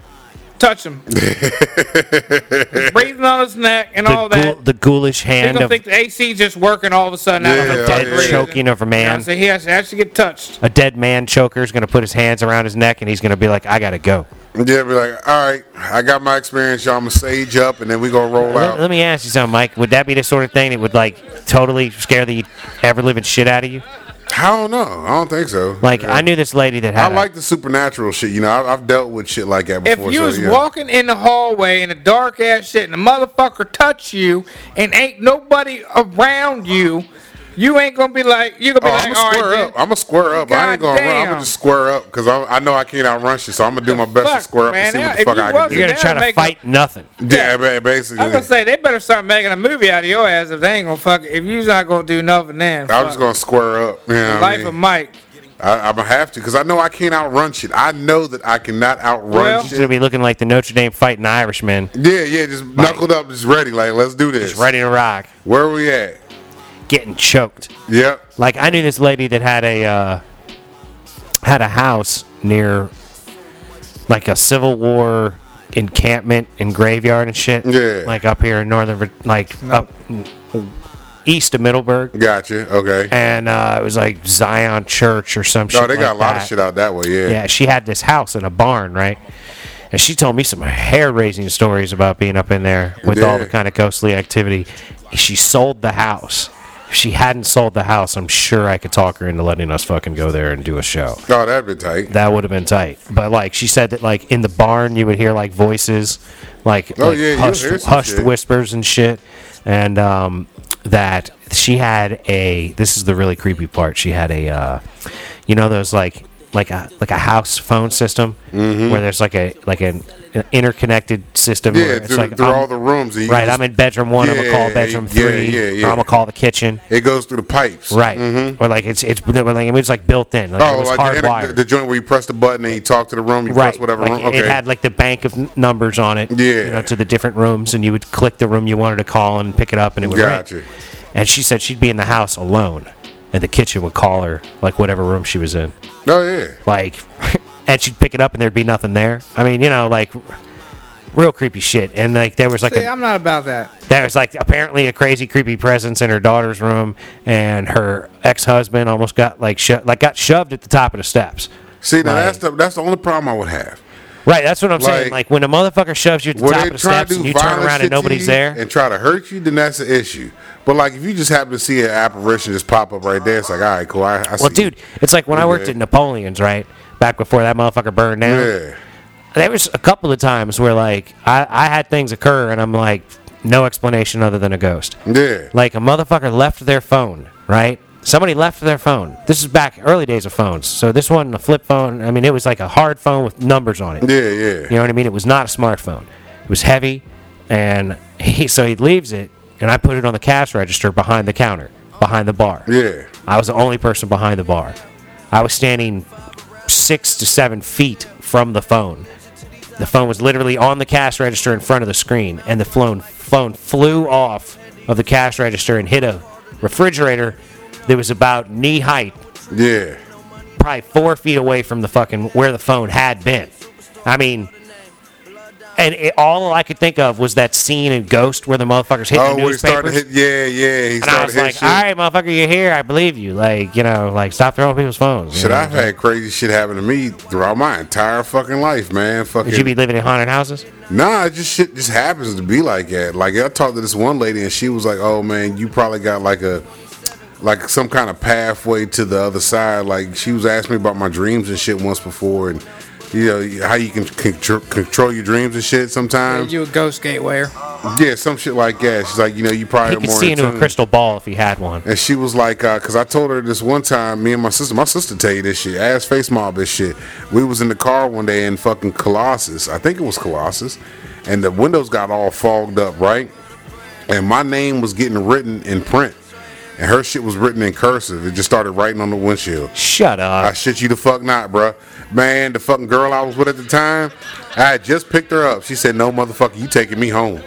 Speaker 4: Touch
Speaker 1: *laughs*
Speaker 4: him. breathing on his neck and all
Speaker 1: The,
Speaker 4: that.
Speaker 1: ghoul, the ghoulish
Speaker 4: They
Speaker 1: hand
Speaker 4: don't
Speaker 1: of
Speaker 4: think the AC just working all of a sudden out
Speaker 2: Yeah,
Speaker 4: of
Speaker 1: a
Speaker 4: a
Speaker 1: dead
Speaker 2: yeah.
Speaker 1: choking of a man.
Speaker 4: So he has to actually get touched.
Speaker 1: A dead man choker is gonna put his hands around his neck and he's gonna be like, "I gotta go."
Speaker 2: Yeah, be like, all right, I got my experience, y'all. I'm gonna sage up, and then we gonna roll
Speaker 1: Let,
Speaker 2: out.
Speaker 1: let me ask you something, Mike. Would that be the sort of thing that would like totally scare the ever living shit out of you?
Speaker 2: I don't know. I don't think so.
Speaker 1: Like I knew this lady that
Speaker 2: I
Speaker 1: had. a-
Speaker 2: like the supernatural shit. You know, I, I've dealt with shit like that
Speaker 4: If
Speaker 2: before.
Speaker 4: you
Speaker 2: so,
Speaker 4: was
Speaker 2: yeah.
Speaker 4: walking in the hallway in the dark ass shit and the motherfucker touch you and ain't nobody around you You ain't gonna be like you gonna be
Speaker 2: Oh,
Speaker 4: like
Speaker 2: I'm
Speaker 4: all
Speaker 2: gonna square
Speaker 4: right,
Speaker 2: up. I'm gonna square up. I ain't gonna run. I'm
Speaker 4: Goddamn.
Speaker 2: gonna just square up because I, I know I can't outrun you, so I'm gonna do my best
Speaker 4: fuck,
Speaker 2: to square up
Speaker 4: man.
Speaker 2: and see
Speaker 4: Yeah,
Speaker 2: what
Speaker 4: if
Speaker 2: the fuck
Speaker 4: you
Speaker 2: I
Speaker 4: was
Speaker 2: can do.
Speaker 1: You're
Speaker 4: Yeah,
Speaker 1: gonna try to
Speaker 4: make a-
Speaker 1: fight nothing.
Speaker 2: Yeah, ba- basically.
Speaker 4: I'm gonna say they better start making a movie out of your ass if they ain't gonna fuck if you's not gonna do nothing then.
Speaker 2: I'm just gonna square up. You know what I
Speaker 4: Life
Speaker 2: mean?
Speaker 4: of Mike.
Speaker 2: I, I'm gonna have to because I know I can't outrun shit. I know that I cannot outrun
Speaker 4: Well-
Speaker 1: She's gonna
Speaker 2: shit.
Speaker 1: be looking like the Notre Dame fighting Irishman,
Speaker 2: Yeah, yeah, just knuckled up, just ready. Like, let's do this.
Speaker 1: just ready to rock,
Speaker 2: Where we at?
Speaker 1: getting choked.
Speaker 2: Yep.
Speaker 1: Like I knew this lady that had a uh, had a house near like a Civil War encampment and graveyard and shit.
Speaker 2: Yeah.
Speaker 1: Like up here in northern, Vir- like up east of Middleburg,
Speaker 2: Gotcha. Okay.
Speaker 1: and uh, it was like Zion Church or some shit.
Speaker 2: No, they
Speaker 1: like
Speaker 2: got a lot
Speaker 1: that.
Speaker 2: of shit out that way. Yeah.
Speaker 1: Yeah, she had this house in a barn, right? And she told me some hair-raising stories about being up in there with all the
Speaker 2: Yeah.
Speaker 1: kind of ghostly activity. She sold the house. If she hadn't sold the house, I'm sure I could talk her into letting us fucking go there and do a show.
Speaker 2: Oh, that'd be tight.
Speaker 1: That would have been tight. But like she said that like in the barn you would hear like voices, like,
Speaker 2: Oh,
Speaker 1: like,
Speaker 2: yeah, you'll
Speaker 1: hushed,
Speaker 2: hear some
Speaker 1: hushed
Speaker 2: shit.
Speaker 1: whispers and shit. And um, that she had a this is the really creepy part. She had a uh, you know those like like a like a house phone system where there's like a like an, an interconnected system where
Speaker 2: Mm-hmm. Yeah,
Speaker 1: it's
Speaker 2: through,
Speaker 1: like
Speaker 2: through
Speaker 1: I'm-
Speaker 2: all the rooms. and you
Speaker 1: right.
Speaker 2: just-
Speaker 1: I'm in bedroom one. I'm gonna
Speaker 2: Yeah,
Speaker 1: call
Speaker 2: yeah,
Speaker 1: bedroom
Speaker 2: yeah,
Speaker 1: three.
Speaker 2: yeah,
Speaker 1: or
Speaker 2: yeah.
Speaker 1: I'm gonna call the kitchen.
Speaker 2: It goes through the pipes. Mm.
Speaker 1: Right, or like it's it's like I mean, it's like built in. Like it
Speaker 2: Oh,
Speaker 1: was
Speaker 2: like the,
Speaker 1: hardwired.
Speaker 2: inter- the, joint where you press the button and you talk to the room, you press whatever
Speaker 1: like,
Speaker 2: room. Okay.
Speaker 1: It had like the bank of n- numbers on it.
Speaker 2: Yeah.
Speaker 1: You know, to the different rooms, and you would click the room you wanted to call and pick it up, and it would ring.
Speaker 2: Gotcha.
Speaker 1: And she said she'd be in the house alone, and the kitchen would call her, like whatever room she was in,
Speaker 2: oh yeah.
Speaker 1: like, *laughs* and she'd pick it up, and there'd be nothing there. I mean, you know, like. Real creepy shit, and like there was like
Speaker 4: See,
Speaker 1: a,
Speaker 4: I'm not about that.
Speaker 1: there was like apparently a crazy creepy presence in her daughter's room, and her ex husband almost got like sho- like got shoved at the top of the steps.
Speaker 2: See, now
Speaker 1: Like-
Speaker 2: that's the that's the only problem I would have.
Speaker 1: Right, that's what I'm saying.
Speaker 2: Like,
Speaker 1: Like when a motherfucker shoves you at the
Speaker 2: When
Speaker 1: top
Speaker 2: they
Speaker 1: of the
Speaker 2: try
Speaker 1: steps
Speaker 2: to
Speaker 1: and
Speaker 2: do
Speaker 1: you turn
Speaker 2: violent
Speaker 1: around
Speaker 2: shit
Speaker 1: and
Speaker 2: to
Speaker 1: nobody's
Speaker 2: you
Speaker 1: there.
Speaker 2: and try to hurt you, then that's an issue. But like if you just happen to see an apparition just pop up right there, it's like all right, cool. I, I see.
Speaker 1: Well, dude, it's like when I worked
Speaker 2: Yeah.
Speaker 1: at Napoleon's, right? Back before that motherfucker burned down.
Speaker 2: yeah,
Speaker 1: There was a couple of times where like I, I had things occur and I'm like, no explanation other than a ghost.
Speaker 2: yeah,
Speaker 1: Like a motherfucker left their phone, right? Somebody left their phone. This is back early days of phones. So this wasn't a flip phone. I mean, it was like a hard phone with numbers on it.
Speaker 2: yeah, yeah.
Speaker 1: You know what I mean? It was not a smartphone. It was heavy, and he *laughs* so he leaves it, and I put it on the cash register behind the counter, behind the bar.
Speaker 2: Yeah.
Speaker 1: I was the only person behind the bar. I was standing six to seven feet from the phone. The phone was literally on the cash register in front of the screen, and the phone phone flew off of the cash register and hit a refrigerator that was about knee height
Speaker 2: Yeah.
Speaker 1: probably four feet away from the fucking where the phone had been. I mean, and it, all I could think of was that scene in Ghost where the motherfuckers hit
Speaker 2: Oh,
Speaker 1: the
Speaker 2: when he started
Speaker 1: newspapers.
Speaker 2: to hit, yeah, yeah. He
Speaker 1: and I
Speaker 2: started
Speaker 1: was
Speaker 2: hitting
Speaker 1: like,
Speaker 2: shit.
Speaker 1: "All right, motherfucker, you're here. I believe you. Like, you know, like stop throwing people's phones." you
Speaker 2: Shit,
Speaker 1: know?
Speaker 2: I've had crazy shit happen to me throughout my entire fucking life, man. Fucking
Speaker 1: Would you be living in haunted houses?
Speaker 2: Nah, it just shit just happens to be like that. Like I talked to this one lady and she was like, "Oh man, you probably got like a like some kind of pathway to the other side." Like she was asking me about my dreams and shit once before, and you know how you can contr- control your dreams and shit sometimes.
Speaker 4: You a ghost gatewayer.
Speaker 2: Yeah, some shit like that. She's like, you know, you probably
Speaker 1: He
Speaker 2: are
Speaker 1: could
Speaker 2: more
Speaker 1: see
Speaker 2: in
Speaker 1: into a
Speaker 2: tune.
Speaker 1: crystal ball if he had one.
Speaker 2: And she was like, because I told her this one time, me and my sister, my sister tell you this shit, ass face mob this shit. We was in the car one day in fucking Colossus, I think it was Colossus, and the windows got all fogged up, right? And my name was getting written in print, and her shit was written in cursive. It just started writing on the windshield.
Speaker 1: Shut
Speaker 2: I
Speaker 1: up.
Speaker 2: shit you the fuck not, bruh. Man, the fucking girl I was with at the time, I had just picked her up. She said, "No, motherfucker, you taking me home."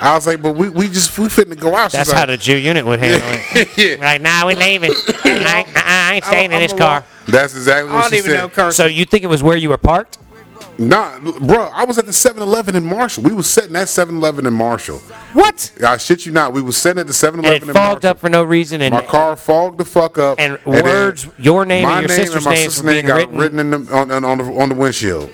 Speaker 2: I was like, "But we, we just we finna go out." She's
Speaker 1: That's
Speaker 2: like,
Speaker 1: how the Jew unit would handle
Speaker 2: *laughs*
Speaker 1: it.
Speaker 2: *laughs* Yeah.
Speaker 1: Like, nah, we
Speaker 2: *coughs*
Speaker 1: leaving. I, I, I ain't staying in
Speaker 4: I'm
Speaker 1: this
Speaker 4: a-
Speaker 1: car.
Speaker 2: That's exactly what
Speaker 4: I don't
Speaker 2: she
Speaker 4: even
Speaker 2: said.
Speaker 4: know curse.
Speaker 1: So you think it was where you were parked?
Speaker 2: Nah, bro, I was at the 7-Eleven in Marshall. We was sitting at 7-Eleven in Marshall.
Speaker 1: What?
Speaker 2: I shit you not, we was sitting at the 7-Eleven
Speaker 1: And it
Speaker 2: in
Speaker 1: fogged
Speaker 2: Marshall.
Speaker 1: up for no reason, and
Speaker 2: My car fogged the fuck up.
Speaker 1: And
Speaker 2: then
Speaker 1: words- your name and
Speaker 2: my
Speaker 1: your
Speaker 2: name
Speaker 1: sister's
Speaker 2: and my
Speaker 1: names
Speaker 2: sister's
Speaker 1: were
Speaker 2: name
Speaker 1: being
Speaker 2: got
Speaker 1: written-
Speaker 2: written in the, on, on, on, the, on the windshield.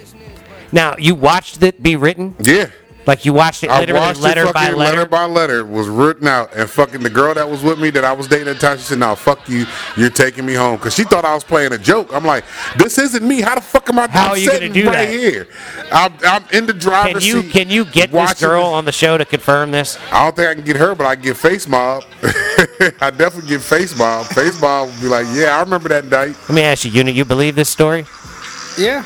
Speaker 1: Now you watched it be written,
Speaker 2: Yeah.
Speaker 1: like you watched it
Speaker 2: I
Speaker 1: literally
Speaker 2: watched it
Speaker 1: letter
Speaker 2: fucking
Speaker 1: by letter.
Speaker 2: by letter was written out, and fucking the girl that was with me that I was dating at the time, she said, "Now fuck you, you're taking me home," because she thought I was playing a joke. I'm like, "This isn't me. How the fuck am I?
Speaker 1: How
Speaker 2: I'm
Speaker 1: are you gonna
Speaker 2: sitting
Speaker 1: do
Speaker 2: right
Speaker 1: that?
Speaker 2: here? I'm, I'm in the
Speaker 1: Can
Speaker 2: driver's
Speaker 1: you
Speaker 2: seat.
Speaker 1: can you get this
Speaker 2: watching
Speaker 1: girl on the show to confirm this?
Speaker 2: I don't think I can get her, but I can get Face Mob. *laughs* I definitely get face bomb. Face bomb would be like, yeah, I remember that night.
Speaker 1: Let me ask you, unit, you believe this story?
Speaker 4: Yeah.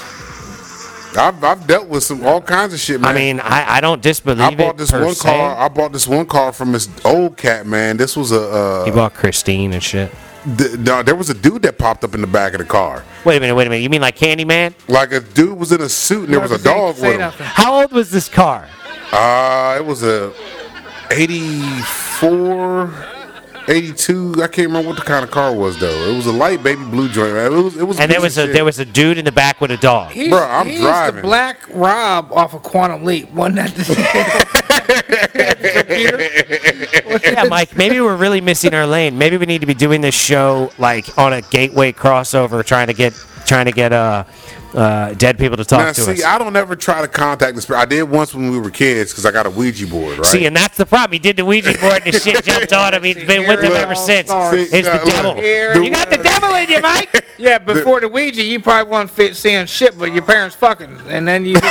Speaker 2: I've, I've dealt with some all kinds of shit, man.
Speaker 1: I mean, I, I don't disbelieve
Speaker 2: I bought
Speaker 1: it
Speaker 2: this
Speaker 1: per
Speaker 2: one
Speaker 1: se.
Speaker 2: car. I bought this one car from this old cat, man. This was a
Speaker 1: You
Speaker 2: uh,
Speaker 1: bought Christine and shit.
Speaker 2: th- no, there was a dude that popped up in the back of the car.
Speaker 1: Wait a minute, wait a minute. You mean like Candyman?
Speaker 2: Like a dude was in a suit and there was a dog
Speaker 4: Say
Speaker 2: with him.
Speaker 4: nothing.
Speaker 1: How old was this car?
Speaker 2: Uh, it was a 84, 82. I can't remember what the kind of car it was though. It was a light baby blue joint. man. It was it was
Speaker 1: And there was
Speaker 2: piece
Speaker 1: a
Speaker 2: of
Speaker 1: there
Speaker 2: shit.
Speaker 1: was a dude in the back with a dog.
Speaker 4: He's,
Speaker 2: Bruh, I'm
Speaker 4: he's the
Speaker 2: driving.
Speaker 4: Black Rob off of Quantum Leap. Wasn't that the
Speaker 1: *laughs*
Speaker 4: *laughs*
Speaker 2: *laughs*
Speaker 1: yeah, Mike. Maybe we're really missing our lane. Maybe we need to be doing this show like on a gateway crossover, trying to get trying to get uh, uh, dead people to talk
Speaker 2: Now,
Speaker 1: to
Speaker 2: see,
Speaker 1: us.
Speaker 2: I don't ever try to contact this. I did once when we were kids because I got a Ouija board, right?
Speaker 1: See, and that's the problem. He did the Ouija board, and the shit jumped on him. He's been with him ever since.
Speaker 4: See,
Speaker 1: It's the
Speaker 2: uh,
Speaker 1: devil.
Speaker 4: look.
Speaker 1: You got the devil in you,
Speaker 2: *laughs*
Speaker 1: Mike.
Speaker 4: Yeah, before the Ouija, you probably wasn't fit seeing shit, but your parents fucking, and then you. *laughs*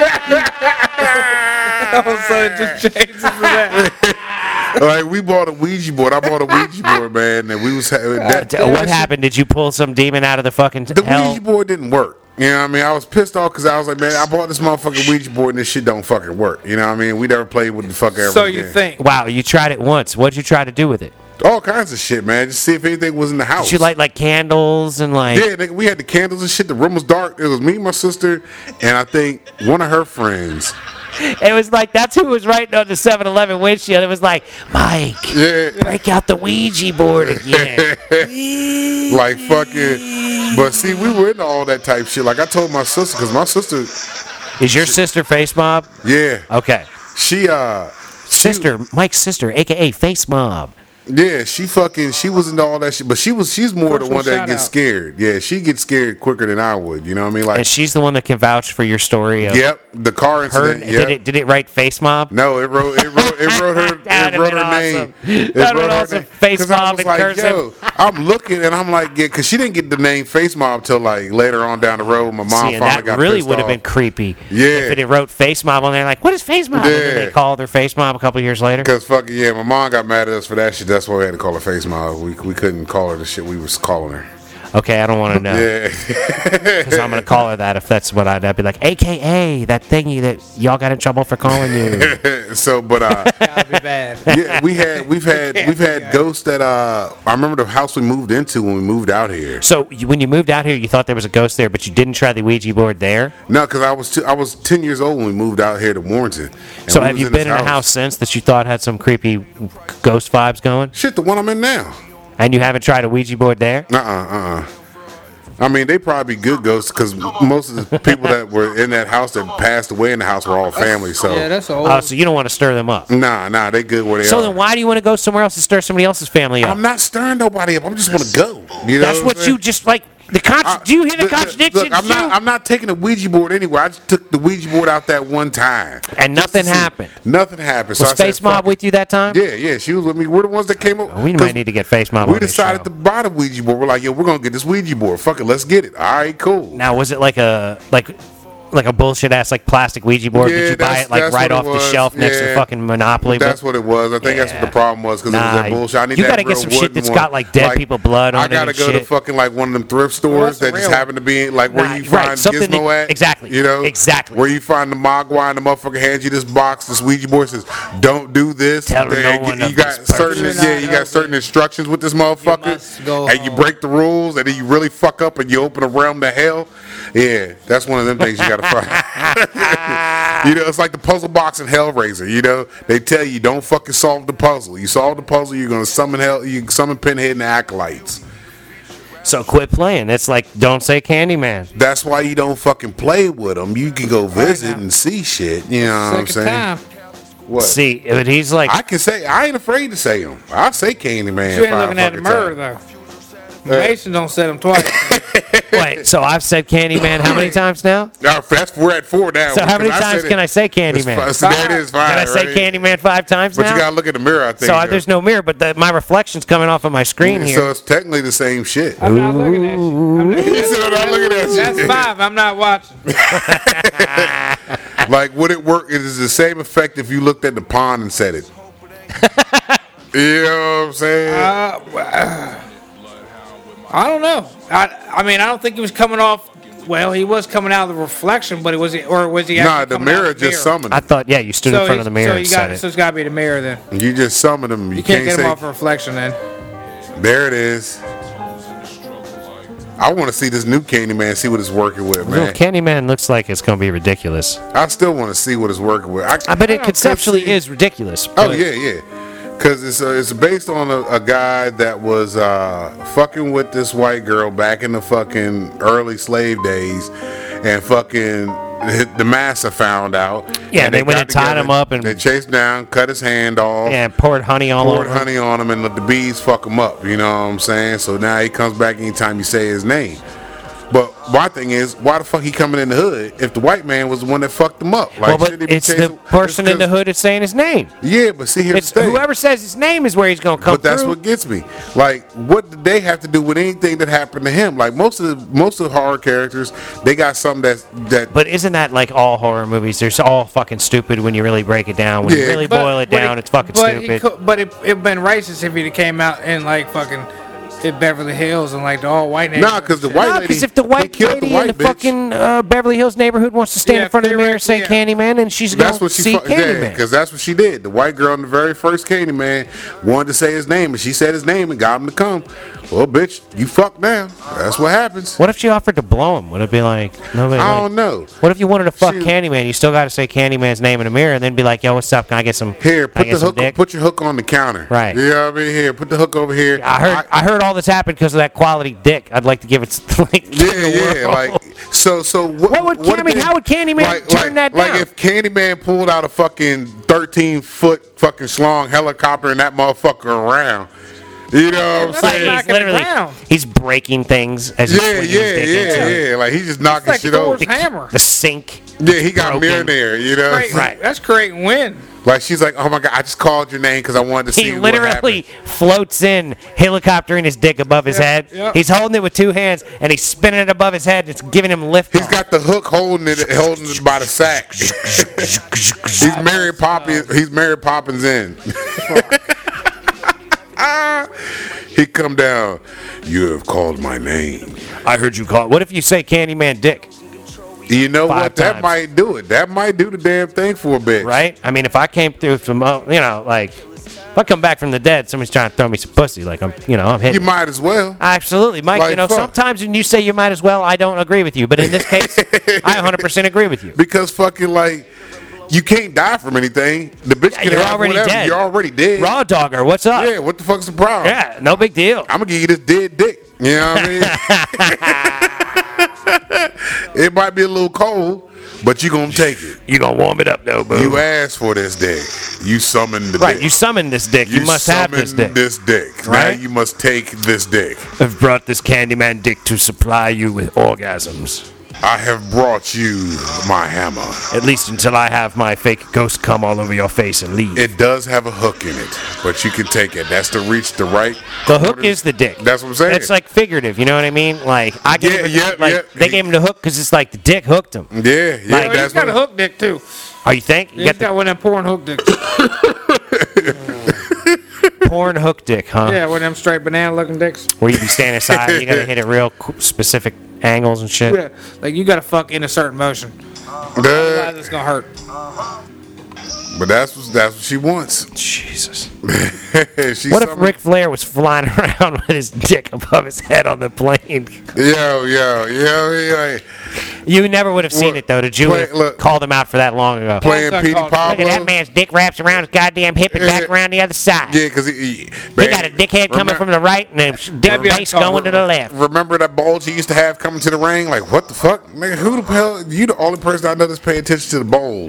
Speaker 4: All of a sudden, it
Speaker 2: *laughs*
Speaker 4: just changes to that.
Speaker 2: like we bought a Ouija board. I bought
Speaker 1: *laughs*
Speaker 2: a Ouija board, man, and we was having that.
Speaker 1: Uh, D- What happened? Did you pull some demon out of the fucking
Speaker 2: The
Speaker 1: hell?
Speaker 2: Ouija board didn't work. You know what I mean? I was pissed off because I was like, man, I bought this motherfucking Ouija board and this shit don't fucking work. You know what I mean? We never played with the fucker ever
Speaker 4: So you
Speaker 2: again.
Speaker 4: think?
Speaker 1: Wow, you tried it once. What'd you try to do with it?
Speaker 2: All kinds of shit, man. Just see if anything was in the house.
Speaker 1: Did you light like candles and like?
Speaker 2: Yeah, nigga, we had the candles and shit. The room was dark. It was me, my sister, and I think one of her friends.
Speaker 1: It was like that's who was writing on the 7-Eleven windshield. It was like Mike.
Speaker 2: Yeah,
Speaker 1: Break out the Ouija board
Speaker 2: *laughs*
Speaker 1: again.
Speaker 2: like fucking. But see, we were into all that type shit. Like I told my sister, because my sister,
Speaker 1: Is your sister Face Mob?
Speaker 2: yeah,
Speaker 1: Okay.
Speaker 2: she uh,
Speaker 1: Sister, Mike's sister, aka Face Mob.
Speaker 2: Yeah, she fucking she was into all that shit, but she was she's more the
Speaker 4: Virtual
Speaker 2: one that
Speaker 4: shout-out.
Speaker 2: gets scared. Yeah, she gets scared quicker than I would. You know what I mean? Like,
Speaker 1: And she's the one that can vouch for your story of
Speaker 2: yep, the car
Speaker 1: her.
Speaker 2: incident.
Speaker 1: Did
Speaker 2: Yep.
Speaker 1: it did it write Face Mob?
Speaker 2: no, it wrote it wrote it wrote her
Speaker 1: *laughs* That
Speaker 2: it
Speaker 1: would've
Speaker 2: wrote
Speaker 1: been
Speaker 2: her
Speaker 1: awesome.
Speaker 2: name. It
Speaker 1: That would've
Speaker 2: wrote her
Speaker 1: awesome.
Speaker 2: name.
Speaker 1: Face
Speaker 2: 'Cause I
Speaker 1: mob
Speaker 2: was
Speaker 1: and curse him.
Speaker 2: Yo, I'm looking and I'm like, yeah, because she didn't get the name face mob till like later on down the road. My mom
Speaker 1: See, and
Speaker 2: finally
Speaker 1: that
Speaker 2: got
Speaker 1: really
Speaker 2: pissed
Speaker 1: would have
Speaker 2: off.
Speaker 1: been creepy.
Speaker 2: Yeah.
Speaker 1: If it had wrote Face Mob on there, like, what is Face Mob? And then
Speaker 2: Yeah.
Speaker 1: they called her Face Mob a couple years later.
Speaker 2: Cause fucking yeah, my mom got mad at us for that shit. That's why we had to call her face mob. We we couldn't call her the shit we was calling her.
Speaker 1: Okay, I don't want to know.
Speaker 2: Yeah.
Speaker 1: Because I'm going to call her that if that's what I'd, I'd be like, AKA, that thingy that y'all got in trouble for calling
Speaker 2: *laughs*
Speaker 1: you.
Speaker 2: so, but uh.
Speaker 4: That'd be bad.
Speaker 2: yeah, we had
Speaker 1: *laughs*
Speaker 2: we've had we've had ghosts that uh I remember the house we moved into when we moved out here.
Speaker 1: so you, when you moved out here, you thought there was a ghost there, but you didn't try the Ouija board there?
Speaker 2: No, because I was two, I was ten years old when we moved out here to Warrenton. And
Speaker 1: So
Speaker 2: we
Speaker 1: have
Speaker 2: was
Speaker 1: you
Speaker 2: this
Speaker 1: been in a house since that you thought had some creepy ghost vibes going,
Speaker 2: Shit, the one I'm in now.
Speaker 1: and you haven't tried a Ouija board there?
Speaker 2: Uh uh uh. I mean, they probably be good ghosts because most of the people that were in that house that passed away in the house were all family. *laughs* So
Speaker 4: Yeah, that's old.
Speaker 1: Oh, so you don't want to stir them up.
Speaker 2: nah, nah, they good where they
Speaker 1: So
Speaker 2: are.
Speaker 1: then, why do you want to go somewhere else and stir somebody else's family up?
Speaker 2: I'm not stirring nobody up. I'm just want to go. You know
Speaker 1: That's
Speaker 2: I'm
Speaker 1: what
Speaker 2: saying?
Speaker 1: you just like. The
Speaker 2: I-
Speaker 1: con- do you hear the
Speaker 2: look, look,
Speaker 1: contradiction?
Speaker 2: Look, I'm not.
Speaker 1: Stu?
Speaker 2: I'm not taking the Ouija board anywhere. I just took the Ouija board out that one time.
Speaker 1: and nothing happened.
Speaker 2: Nothing happened. So
Speaker 1: Was
Speaker 2: I said,
Speaker 1: Face Mob
Speaker 2: "Fuck it."
Speaker 1: with you that time?
Speaker 2: Yeah, yeah, she was with me. We're the ones that came up.
Speaker 1: We might need to get Face Mob.
Speaker 2: We
Speaker 1: on this
Speaker 2: decided to
Speaker 1: show.
Speaker 2: buy the Ouija board. We're like, yo, we're gonna get this Ouija board. Fuck it, let's get it. All right, cool.
Speaker 1: Now, was it like a like like a bullshit ass like plastic Ouija board?
Speaker 2: Yeah,
Speaker 1: Did you buy
Speaker 2: that's-
Speaker 1: it like
Speaker 2: that's
Speaker 1: right
Speaker 2: what
Speaker 1: off
Speaker 2: it
Speaker 1: the
Speaker 2: was.
Speaker 1: shelf next to
Speaker 2: Yeah.
Speaker 1: fucking Monopoly?
Speaker 2: that's what it was. I think that's what
Speaker 1: Yeah.
Speaker 2: the problem was because it
Speaker 1: Nah,
Speaker 2: was that bullshit. I need
Speaker 1: you
Speaker 2: that
Speaker 1: gotta get
Speaker 2: real
Speaker 1: some shit
Speaker 2: wooden
Speaker 1: that's
Speaker 2: one.
Speaker 1: got, like, dead people blood on
Speaker 2: I
Speaker 1: it
Speaker 2: gotta
Speaker 1: and
Speaker 2: go to
Speaker 1: shit.
Speaker 2: fucking like one of them thrift stores
Speaker 4: that's
Speaker 2: that just
Speaker 4: real.
Speaker 2: happen to be in, like where
Speaker 1: Nah,
Speaker 2: you
Speaker 1: right,
Speaker 2: find
Speaker 1: something
Speaker 2: Gizmo
Speaker 1: that-
Speaker 2: at.
Speaker 1: exactly,
Speaker 2: You know
Speaker 1: exactly.
Speaker 2: where you find the Mogwai and the motherfucker hands you this box, this Ouija board says, "Don't do this."
Speaker 1: Tell her
Speaker 2: Then
Speaker 1: no
Speaker 2: you-
Speaker 1: one
Speaker 2: you,
Speaker 1: of
Speaker 2: got
Speaker 1: this person.
Speaker 2: certain
Speaker 4: You're not
Speaker 2: yeah, you got certain
Speaker 4: open.
Speaker 2: instructions with this
Speaker 4: must go
Speaker 2: motherfucker, and you
Speaker 4: home.
Speaker 2: break the rules, and then you really fuck up, and you open a realm to hell. Yeah, that's one of them things you gotta find. *laughs* You know, it's like the puzzle box in Hellraiser. You know, they tell you don't fucking solve the puzzle. You solve the puzzle, you're gonna summon hell. You summon Pinhead and the acolytes.
Speaker 1: So quit playing. It's like don't say Candyman.
Speaker 2: That's why you don't fucking play with them. You can go visit
Speaker 4: now.
Speaker 2: and see shit. You know what I'm
Speaker 4: Second
Speaker 2: saying?
Speaker 4: time.
Speaker 2: What?
Speaker 1: See, but he's like
Speaker 2: I can say I ain't afraid to say them. I say Candyman.
Speaker 4: You ain't
Speaker 2: five
Speaker 4: looking at
Speaker 2: fucking
Speaker 4: the mirror,
Speaker 2: times.
Speaker 4: though. Mason don't set him twice.
Speaker 2: *laughs*
Speaker 1: Wait, so I've said Candyman how many times now?
Speaker 2: Now, that's, we're at four now.
Speaker 1: So how many
Speaker 2: because
Speaker 1: times
Speaker 2: said
Speaker 1: can
Speaker 2: it-
Speaker 1: I say
Speaker 2: it's fi-
Speaker 1: Candyman?
Speaker 2: So there it is. Five.
Speaker 1: Can I say
Speaker 2: right?
Speaker 1: Candyman five times
Speaker 2: But
Speaker 1: now?
Speaker 2: you gotta look at the mirror. I think.
Speaker 1: so I,
Speaker 2: though.
Speaker 1: there's no mirror, but the, my reflection's coming off of my screen
Speaker 2: So
Speaker 1: here. Oh,
Speaker 2: it's technically the same shit.
Speaker 4: I'm not looking at you. I'm
Speaker 2: *laughs*
Speaker 4: not-
Speaker 2: You see what I'm looking at you. *laughs*
Speaker 4: That's five. I'm not watching.
Speaker 1: *laughs*
Speaker 2: Like, would it work? It is the same effect if you looked at the pond and said it. You know what I'm saying?
Speaker 1: Uh,
Speaker 4: I don't know. I, I mean, I don't think he was coming off. Well, he was coming out of the reflection, but it was he, or was he? Actually
Speaker 2: nah, the
Speaker 4: coming out
Speaker 2: mirror
Speaker 4: of the
Speaker 2: just
Speaker 4: mirror?
Speaker 2: summoned
Speaker 1: I
Speaker 2: him.
Speaker 1: thought, yeah, you stood in front
Speaker 4: he's-
Speaker 1: of the mirror
Speaker 4: So,
Speaker 1: and
Speaker 4: you
Speaker 1: said
Speaker 4: got,
Speaker 1: it.
Speaker 4: so it's got to be the mirror then.
Speaker 2: You just summoned him. You,
Speaker 4: You can't, get him off
Speaker 2: say,
Speaker 4: a reflection then.
Speaker 2: there it is. I want to see this new Candyman, see what it's working with,
Speaker 1: Little
Speaker 2: man.
Speaker 1: Candyman looks like it's going to be ridiculous.
Speaker 2: I still want to see what it's working with. I,
Speaker 1: I bet it
Speaker 4: don't-
Speaker 1: conceptually
Speaker 2: see-
Speaker 1: is ridiculous.
Speaker 2: Oh
Speaker 1: but-
Speaker 2: yeah, yeah. Cause it's uh, it's based on a, a guy that was uh, fucking with this white girl back in the fucking early slave days, and fucking the massa found out.
Speaker 1: Yeah, they went
Speaker 2: got
Speaker 1: and tied him up and-
Speaker 2: they chased down, cut his hand off,
Speaker 1: Yeah, poured honey all
Speaker 2: poured
Speaker 1: over.
Speaker 2: honey on him, and let the bees fuck him up. You know what I'm saying? So now he comes back anytime you say his name. But my thing is, why the fuck he coming in the hood if the white man was the one that fucked him up?
Speaker 1: Well,
Speaker 2: Like,
Speaker 1: but
Speaker 2: shouldn't he be
Speaker 1: it's the
Speaker 2: chasing-
Speaker 1: person in the
Speaker 2: because-
Speaker 1: hood that's saying his name.
Speaker 2: Yeah, but see here's
Speaker 1: It's
Speaker 2: the thing.
Speaker 1: whoever says his name is where he's going to come
Speaker 2: But that's
Speaker 1: through.
Speaker 2: what gets me. Like, what did they have to do with anything that happened to him? Like most of the most of the horror characters, they got something that's that
Speaker 1: But isn't that like all horror movies? They're so all fucking stupid when you really break it down. When you
Speaker 2: Yeah.
Speaker 1: really
Speaker 4: But-
Speaker 1: boil it
Speaker 4: but
Speaker 1: down,
Speaker 4: he-
Speaker 1: it's fucking
Speaker 4: but he
Speaker 1: stupid.
Speaker 4: cou- but it it been racist if he came out in like fucking in Beverly Hills and like the all white.
Speaker 2: nah, because the white
Speaker 1: No,
Speaker 2: lady
Speaker 1: because if the
Speaker 2: they
Speaker 1: white
Speaker 2: killed
Speaker 1: lady
Speaker 2: the white
Speaker 1: in the
Speaker 2: bitch,
Speaker 1: fucking uh, Beverly Hills neighborhood wants to stand
Speaker 4: Yeah,
Speaker 1: in front of the mirror and say
Speaker 4: theoretically,
Speaker 1: Candyman, and she's going
Speaker 2: That's
Speaker 1: to
Speaker 2: what she
Speaker 1: see
Speaker 2: fu- yeah,
Speaker 1: Candyman.
Speaker 2: because that's what she did. The white girl in the very first Candyman wanted to say his name, and she said his name and got him to come. Well, bitch, you fucked now. That's what happens.
Speaker 1: what if she offered to blow him? Would it be like nobody?
Speaker 2: I
Speaker 1: like-
Speaker 2: don't know.
Speaker 1: What if you wanted to fuck
Speaker 2: She-
Speaker 1: Candyman? You still got to say Candyman's name in the mirror, and then be like, "Yo, what's up? Can I get some?
Speaker 2: Here,
Speaker 1: can I
Speaker 2: put
Speaker 1: get
Speaker 2: the
Speaker 1: some
Speaker 2: hook.
Speaker 1: dick?"
Speaker 2: Put your hook on the counter.
Speaker 1: Right.
Speaker 2: You know what I mean? Here, put the hook over here.
Speaker 1: I heard I, heard all this happened because of that quality dick. I'd like to give it to *laughs* like
Speaker 2: Yeah, yeah. Like
Speaker 1: *laughs*
Speaker 2: so, so what,
Speaker 1: What would
Speaker 2: if
Speaker 1: Candy- how would Candyman turn
Speaker 2: like,
Speaker 1: that
Speaker 2: Like
Speaker 1: down?
Speaker 2: if Candyman pulled out a fucking thirteen foot fucking schlong helicopter and that motherfucker around, you know what I'm
Speaker 1: *laughs*
Speaker 4: That's
Speaker 1: Like,
Speaker 2: saying?
Speaker 1: he's
Speaker 4: knocking
Speaker 1: literally
Speaker 4: around.
Speaker 1: he's breaking things as he's
Speaker 2: Yeah,
Speaker 1: swinging his
Speaker 2: yeah,
Speaker 1: dick
Speaker 2: yeah,
Speaker 1: into
Speaker 2: yeah. Like he's just knocking
Speaker 4: like
Speaker 2: shit
Speaker 4: Thor's
Speaker 2: over.
Speaker 4: hand. Hammer.
Speaker 1: the sink.
Speaker 2: Yeah, he got
Speaker 1: broken.
Speaker 2: millionaire. You know,
Speaker 4: Great,
Speaker 1: Right.
Speaker 4: That's great win.
Speaker 2: like she's like, oh my god, I just called your name because I wanted to see
Speaker 1: He
Speaker 2: what
Speaker 1: literally floats in, helicoptering his dick above his
Speaker 4: Yeah,
Speaker 1: head.
Speaker 4: yeah.
Speaker 1: He's holding it with two hands and he's spinning it above his head. It's giving him lift.
Speaker 2: He's got the hook holding it, holding it by the sack. he's Mary Poppins. He's Mary Poppins in. *laughs* he come down. You have called my name.
Speaker 1: I heard you call. What if you say Candyman dick?
Speaker 2: You know
Speaker 1: Five
Speaker 2: what? That
Speaker 1: times.
Speaker 2: might do it. That might do the damn thing for a bitch.
Speaker 1: Right? I mean, if I came through from uh, you know, like if I come back from the dead, somebody's trying to throw me some pussy. Like I'm, you know, I'm
Speaker 2: You
Speaker 1: hitting.
Speaker 2: might as well.
Speaker 1: Absolutely, Mike.
Speaker 2: Like,
Speaker 1: you know,
Speaker 2: fuck.
Speaker 1: sometimes when you say you might as well, I don't agree with you. But in this case, *laughs* I 100% agree with you.
Speaker 2: Because fucking like you can't die from anything. The bitch can
Speaker 1: you're
Speaker 2: have
Speaker 1: already
Speaker 2: whatever.
Speaker 1: dead.
Speaker 2: You're already dead.
Speaker 1: Raw dogger, what's up?
Speaker 2: Yeah, what the fuck's the problem?
Speaker 1: Yeah, no big deal.
Speaker 2: I'm gonna give you this dead dick. You know what I
Speaker 1: *laughs*
Speaker 2: mean? it might be a little cold, but you gonna take it.
Speaker 1: You gonna warm it up though, boo.
Speaker 2: You asked for this dick. You summoned the
Speaker 1: Oh. right,
Speaker 2: dick.
Speaker 1: you summoned this dick. You, must have this
Speaker 2: summoned
Speaker 1: dick.
Speaker 2: This dick.
Speaker 1: Right?
Speaker 2: Now you must take this dick.
Speaker 1: I've brought this Candyman dick to supply you with orgasms,
Speaker 2: I have brought you my hammer.
Speaker 1: at least until I have my fake ghost come all over your face and leave.
Speaker 2: It does have a hook in it, but you can take it. That's to reach the right.
Speaker 1: the hook is the dick.
Speaker 2: That's what I'm saying.
Speaker 1: It's like figurative, you know what I mean? Like I gave
Speaker 2: Yeah,
Speaker 1: him,
Speaker 2: yeah,
Speaker 1: like,
Speaker 2: yeah.
Speaker 1: they gave him the hook because it's like the dick hooked him.
Speaker 2: Yeah, yeah.
Speaker 1: Like-
Speaker 4: Oh, he's
Speaker 2: that's
Speaker 4: got
Speaker 2: what
Speaker 4: a hook dick too.
Speaker 1: Are you think? You
Speaker 4: He's
Speaker 1: got
Speaker 4: got one of them porn hook dicks.
Speaker 1: the porn hook dick, huh?
Speaker 4: yeah, one of them straight banana looking dicks.
Speaker 1: where you be standing aside. You gotta hit it real qu- specific angles and shit.
Speaker 4: Yeah, like you got to fuck in a certain motion. Otherwise,
Speaker 2: That-
Speaker 4: it's gonna hurt.
Speaker 2: but that's what that's what she wants. *laughs*
Speaker 1: Jesus.
Speaker 2: she
Speaker 1: What if
Speaker 2: summoned-
Speaker 1: Ric Flair was flying *laughs* around with his dick above his head on the plane?
Speaker 2: Yo, yo, yo, yo. yo.
Speaker 1: You never would have seen
Speaker 2: Look,
Speaker 1: it though. Did you
Speaker 2: play-
Speaker 1: have
Speaker 2: look.
Speaker 1: called him out for that long ago?
Speaker 4: Play-
Speaker 2: playing
Speaker 4: That's
Speaker 2: Petey
Speaker 4: uncalled for.
Speaker 1: Look at that
Speaker 2: Pablo. Yeah,
Speaker 1: man's dick wraps around his goddamn hip and back around the other side.
Speaker 2: because he, he
Speaker 1: He got a dickhead coming from the right and a dick
Speaker 4: That'd be
Speaker 1: face
Speaker 4: uncalled
Speaker 1: going to the left.
Speaker 2: Remember that bulge he used to have coming to the ring? Like, what the fuck, nigga? Who the hell? You the only person I know that's paying attention to the
Speaker 4: *laughs*
Speaker 2: bulge. *laughs*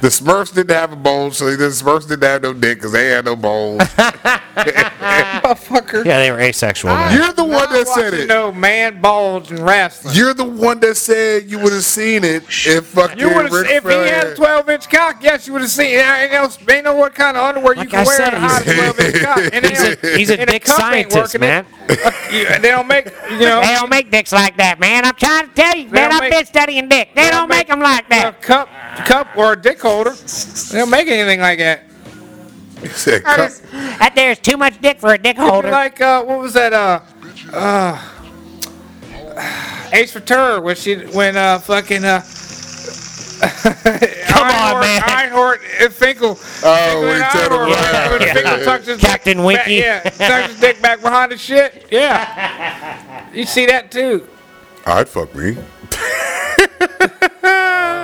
Speaker 2: the Smurfs didn't have a bulge, so the Smurfs didn't have no dick because they had no
Speaker 4: *laughs*
Speaker 2: bulge.
Speaker 4: Motherfucker.
Speaker 1: Yeah, they were
Speaker 4: Ah.
Speaker 1: asexual. man.
Speaker 2: You're the one that said it.
Speaker 4: No man balls and wrestling.
Speaker 2: You're the one that said you would have seen it if fucking
Speaker 4: You would have
Speaker 2: Ric
Speaker 4: if he
Speaker 2: Flair-
Speaker 4: had a 12 inch cock. Yes, you would have seen. it. Ain't else. Ain't know what kind of underwear you
Speaker 1: Like
Speaker 4: can
Speaker 1: I
Speaker 4: wear
Speaker 1: said,
Speaker 4: to hide a
Speaker 2: he's-
Speaker 4: 12 inch
Speaker 2: *laughs*
Speaker 4: cock. And
Speaker 1: He's a, he's a
Speaker 4: and
Speaker 1: dick
Speaker 4: cup ain't
Speaker 1: scientist,
Speaker 4: working it.
Speaker 1: man.
Speaker 4: Uh, you- they don't make you know.
Speaker 1: *laughs* They don't make dicks like that, man. I'm trying to tell you, man.
Speaker 4: don't
Speaker 1: I've
Speaker 4: make-
Speaker 1: been studying dick. They don't make them like
Speaker 4: a
Speaker 1: that.
Speaker 4: cup, cup or a dick holder. They don't make anything like that.
Speaker 2: He *laughs* said,
Speaker 4: I just-
Speaker 2: "Cut."
Speaker 3: That there's too much dick for a dick holder.
Speaker 4: Like uh, what was that? Uh, uh, Ace Ventura when she when uh fucking uh. Come
Speaker 3: on, man.
Speaker 4: Einhorn and Finkel.
Speaker 2: Oh, we turned
Speaker 4: Einhorn,
Speaker 2: around.
Speaker 4: when
Speaker 2: Yeah. *laughs*
Speaker 4: Finkel tucked his
Speaker 3: Captain
Speaker 4: dick back-
Speaker 3: Winky.
Speaker 4: yeah, tucked his dick back behind his shit. Yeah, you see that too.
Speaker 2: I'd fuck me.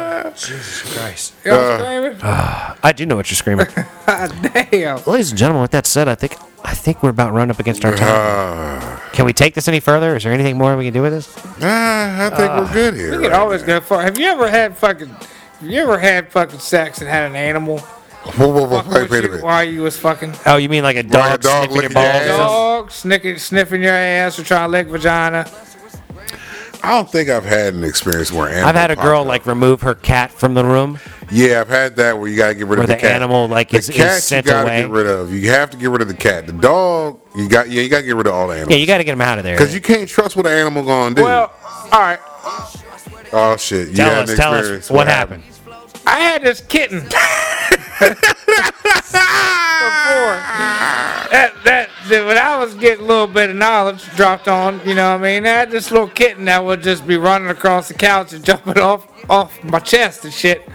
Speaker 1: Christ.
Speaker 4: You know what I'm screaming? *laughs*
Speaker 1: I do know what you're *laughs* screaming.
Speaker 4: God damn.
Speaker 1: Ladies and gentlemen, with that said, I think I think we're about run up against our time.
Speaker 2: *sighs* Uh,
Speaker 1: Can we take this any further? Is there anything more we can do with this?
Speaker 2: nah, I think we're good here.
Speaker 4: You can
Speaker 2: right
Speaker 4: Uh, always go far. Have you ever had fucking? Have you ever had fucking sex and had an animal?
Speaker 2: now. Whoa, whoa, whoa,
Speaker 4: fuck
Speaker 2: wait,
Speaker 4: with
Speaker 2: wait a
Speaker 4: you
Speaker 2: minute.
Speaker 4: While you was fucking
Speaker 1: Oh, you mean like a dog,
Speaker 2: a dog
Speaker 1: sniffing your
Speaker 2: licking
Speaker 1: balls?
Speaker 2: your ass.
Speaker 1: or something?
Speaker 4: dog snicking, sniffing your ass or trying to lick vagina.
Speaker 2: I don't think I've had an experience where animal
Speaker 1: I've had a
Speaker 2: popped
Speaker 1: girl
Speaker 2: up.
Speaker 1: like remove her cat from the room.
Speaker 2: Yeah, I've had that where you gotta get rid
Speaker 1: Where
Speaker 2: of the,
Speaker 1: the
Speaker 2: cat.
Speaker 1: animal, like,
Speaker 2: the
Speaker 1: is- is
Speaker 2: cat
Speaker 1: sent
Speaker 2: you gotta
Speaker 1: away.
Speaker 2: get rid of. You have to get rid of the cat. The dog, you got yeah, you gotta get rid of all the
Speaker 1: Yeah,
Speaker 2: animals.
Speaker 1: you got to get him out of there.
Speaker 2: Because you can't trust what an animal gonna do.
Speaker 4: Well, all right.
Speaker 2: oh shit! You
Speaker 1: tell
Speaker 2: had
Speaker 1: us,
Speaker 2: an
Speaker 1: tell
Speaker 2: experience.
Speaker 1: us what happened.
Speaker 4: I had this kitten *laughs* before. That, that, that when I was getting a little bit of knowledge dropped on, you know what I mean? I had this little kitten that would just be running across the couch and *laughs* jumping off off my chest and shit.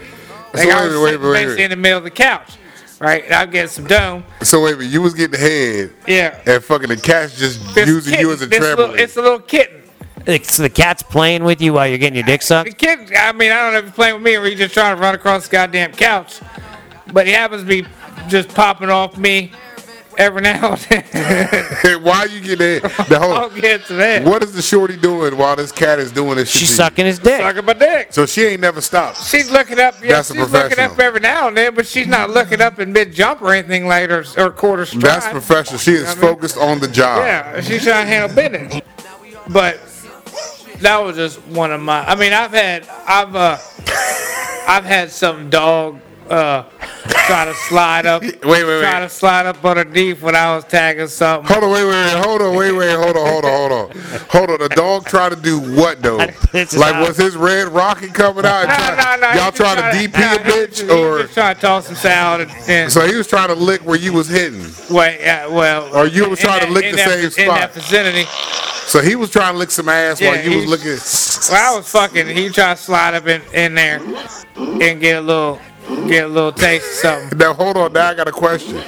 Speaker 4: Like
Speaker 2: wait, wait,
Speaker 4: I was sitting
Speaker 2: wait, wait.
Speaker 4: basically in the middle of the couch, right? And I'm getting some dome.
Speaker 2: So wait, a minute, you was getting head,
Speaker 4: Yeah.
Speaker 2: and fucking the cat's just
Speaker 4: This
Speaker 2: using
Speaker 4: kitten-
Speaker 2: you as a
Speaker 4: this little-
Speaker 2: trampoline.
Speaker 4: It's a little kitten.
Speaker 1: It's the cat's playing with you while you're getting your dick
Speaker 4: The
Speaker 2: *laughs*
Speaker 1: sucked.
Speaker 4: kid, I mean, I don't know if he's playing with me or he's just trying to run across the goddamn couch. But he happens to be just popping off me every now and
Speaker 2: *laughs*
Speaker 4: then. *laughs*
Speaker 2: Why you getting head? The whole,
Speaker 4: I'll get to that. *laughs*
Speaker 2: what is the shorty doing while this cat is doing this? shit
Speaker 1: She's
Speaker 2: to you?
Speaker 1: sucking his dick.
Speaker 4: Sucking my dick.
Speaker 2: So she ain't never stopped.
Speaker 4: She's looking up. Yeah,
Speaker 2: That's a
Speaker 4: she's looking up
Speaker 2: professional.
Speaker 4: every now and then, but she's not looking up in mid jump or anything like or, or quarter stride.
Speaker 2: That's professional. She is
Speaker 4: I mean-
Speaker 2: focused on the job.
Speaker 4: Yeah, she's trying to handle business. But that was just one of my. I mean, I've had, I've, uh, I've had some dog uh, try to slide up,
Speaker 2: *laughs*
Speaker 4: wait,
Speaker 2: wait, wait.
Speaker 4: try to slide up underneath when I was tagging something.
Speaker 2: Hold on, wait, wait, wait, hold on, wait, wait, hold on, hold on, hold on, hold on. The dog tried to do what though?
Speaker 1: This is
Speaker 2: Like
Speaker 1: how-
Speaker 2: was his red rocket coming out?
Speaker 4: No, no, no.
Speaker 2: Y'all
Speaker 4: try
Speaker 2: trying to DP a bitch or?
Speaker 4: just trying to toss some salad and, and
Speaker 2: So he was trying to lick where you was hitting.
Speaker 4: wait, yeah, well.
Speaker 2: Or you was
Speaker 4: in
Speaker 2: trying to
Speaker 4: that-
Speaker 2: lick
Speaker 4: in
Speaker 2: the
Speaker 4: that-
Speaker 2: same
Speaker 4: in
Speaker 2: spot.
Speaker 4: that vicinity.
Speaker 2: So he was trying to lick some ass
Speaker 4: Yeah,
Speaker 2: while you was
Speaker 4: he-
Speaker 2: looking.
Speaker 4: Well, I was fucking. He tried to slide up in, in there and get a little, get a little taste of
Speaker 2: *laughs*
Speaker 4: something.
Speaker 2: Now hold on. Now I got a question.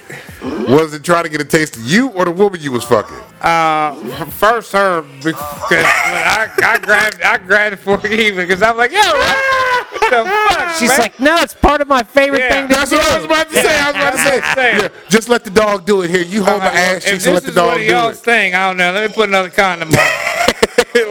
Speaker 2: Was it trying to get a taste of you or the woman you was fucking?
Speaker 4: Uh, First her because when I, I grabbed I grabbed it for even because I'm like yo what the fuck
Speaker 1: She's
Speaker 4: man?
Speaker 1: like, no, it's part of my favorite
Speaker 4: Yeah.
Speaker 1: thing. To-
Speaker 2: That's what I was about to say. I was about to
Speaker 4: *laughs* Yeah.
Speaker 2: say. Yeah, just let the dog do it here. You hold
Speaker 4: I'm
Speaker 2: my
Speaker 4: like,
Speaker 2: ass
Speaker 4: if
Speaker 2: cheeks and let
Speaker 4: this
Speaker 2: the
Speaker 4: is one
Speaker 2: dog
Speaker 4: of
Speaker 2: do
Speaker 4: y'all's
Speaker 2: it.
Speaker 4: thing I don't know let me put another condom on
Speaker 2: *laughs*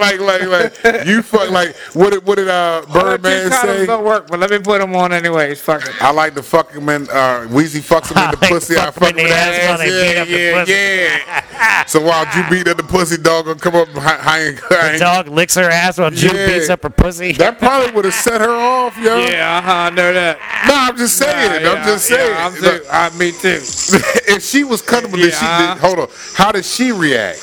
Speaker 2: like, like, like you fuck. Like, what did what did uh,
Speaker 4: two
Speaker 2: Birdman
Speaker 4: condoms
Speaker 2: say?
Speaker 4: don't work but let me put them on anyways fuck it
Speaker 2: I like to fuck him in. Uh, Weezy fucks him in the
Speaker 1: I like to
Speaker 2: pussy. I
Speaker 1: fuck him
Speaker 2: fuck
Speaker 1: in
Speaker 2: him in
Speaker 1: the
Speaker 2: the
Speaker 1: ass
Speaker 2: ass.
Speaker 1: while they beat
Speaker 2: Yeah,
Speaker 1: up the
Speaker 2: yeah,
Speaker 1: pussy.
Speaker 2: yeah. so while you beat up the pussy, dog gonna come up high, high and high.
Speaker 1: the
Speaker 2: and-
Speaker 1: dog licks her ass while June
Speaker 2: Yeah.
Speaker 1: beats up her pussy.
Speaker 2: *laughs* That probably would have set her off, yo.
Speaker 4: yeah uh-huh, I know that
Speaker 2: No, I'm just saying.
Speaker 4: Yeah,
Speaker 2: I'm just
Speaker 4: yeah,
Speaker 2: saying.
Speaker 4: I'm too, I, me too
Speaker 2: *laughs* if she was comfortable, did she
Speaker 4: Yeah.
Speaker 2: did, hold on? How did she react?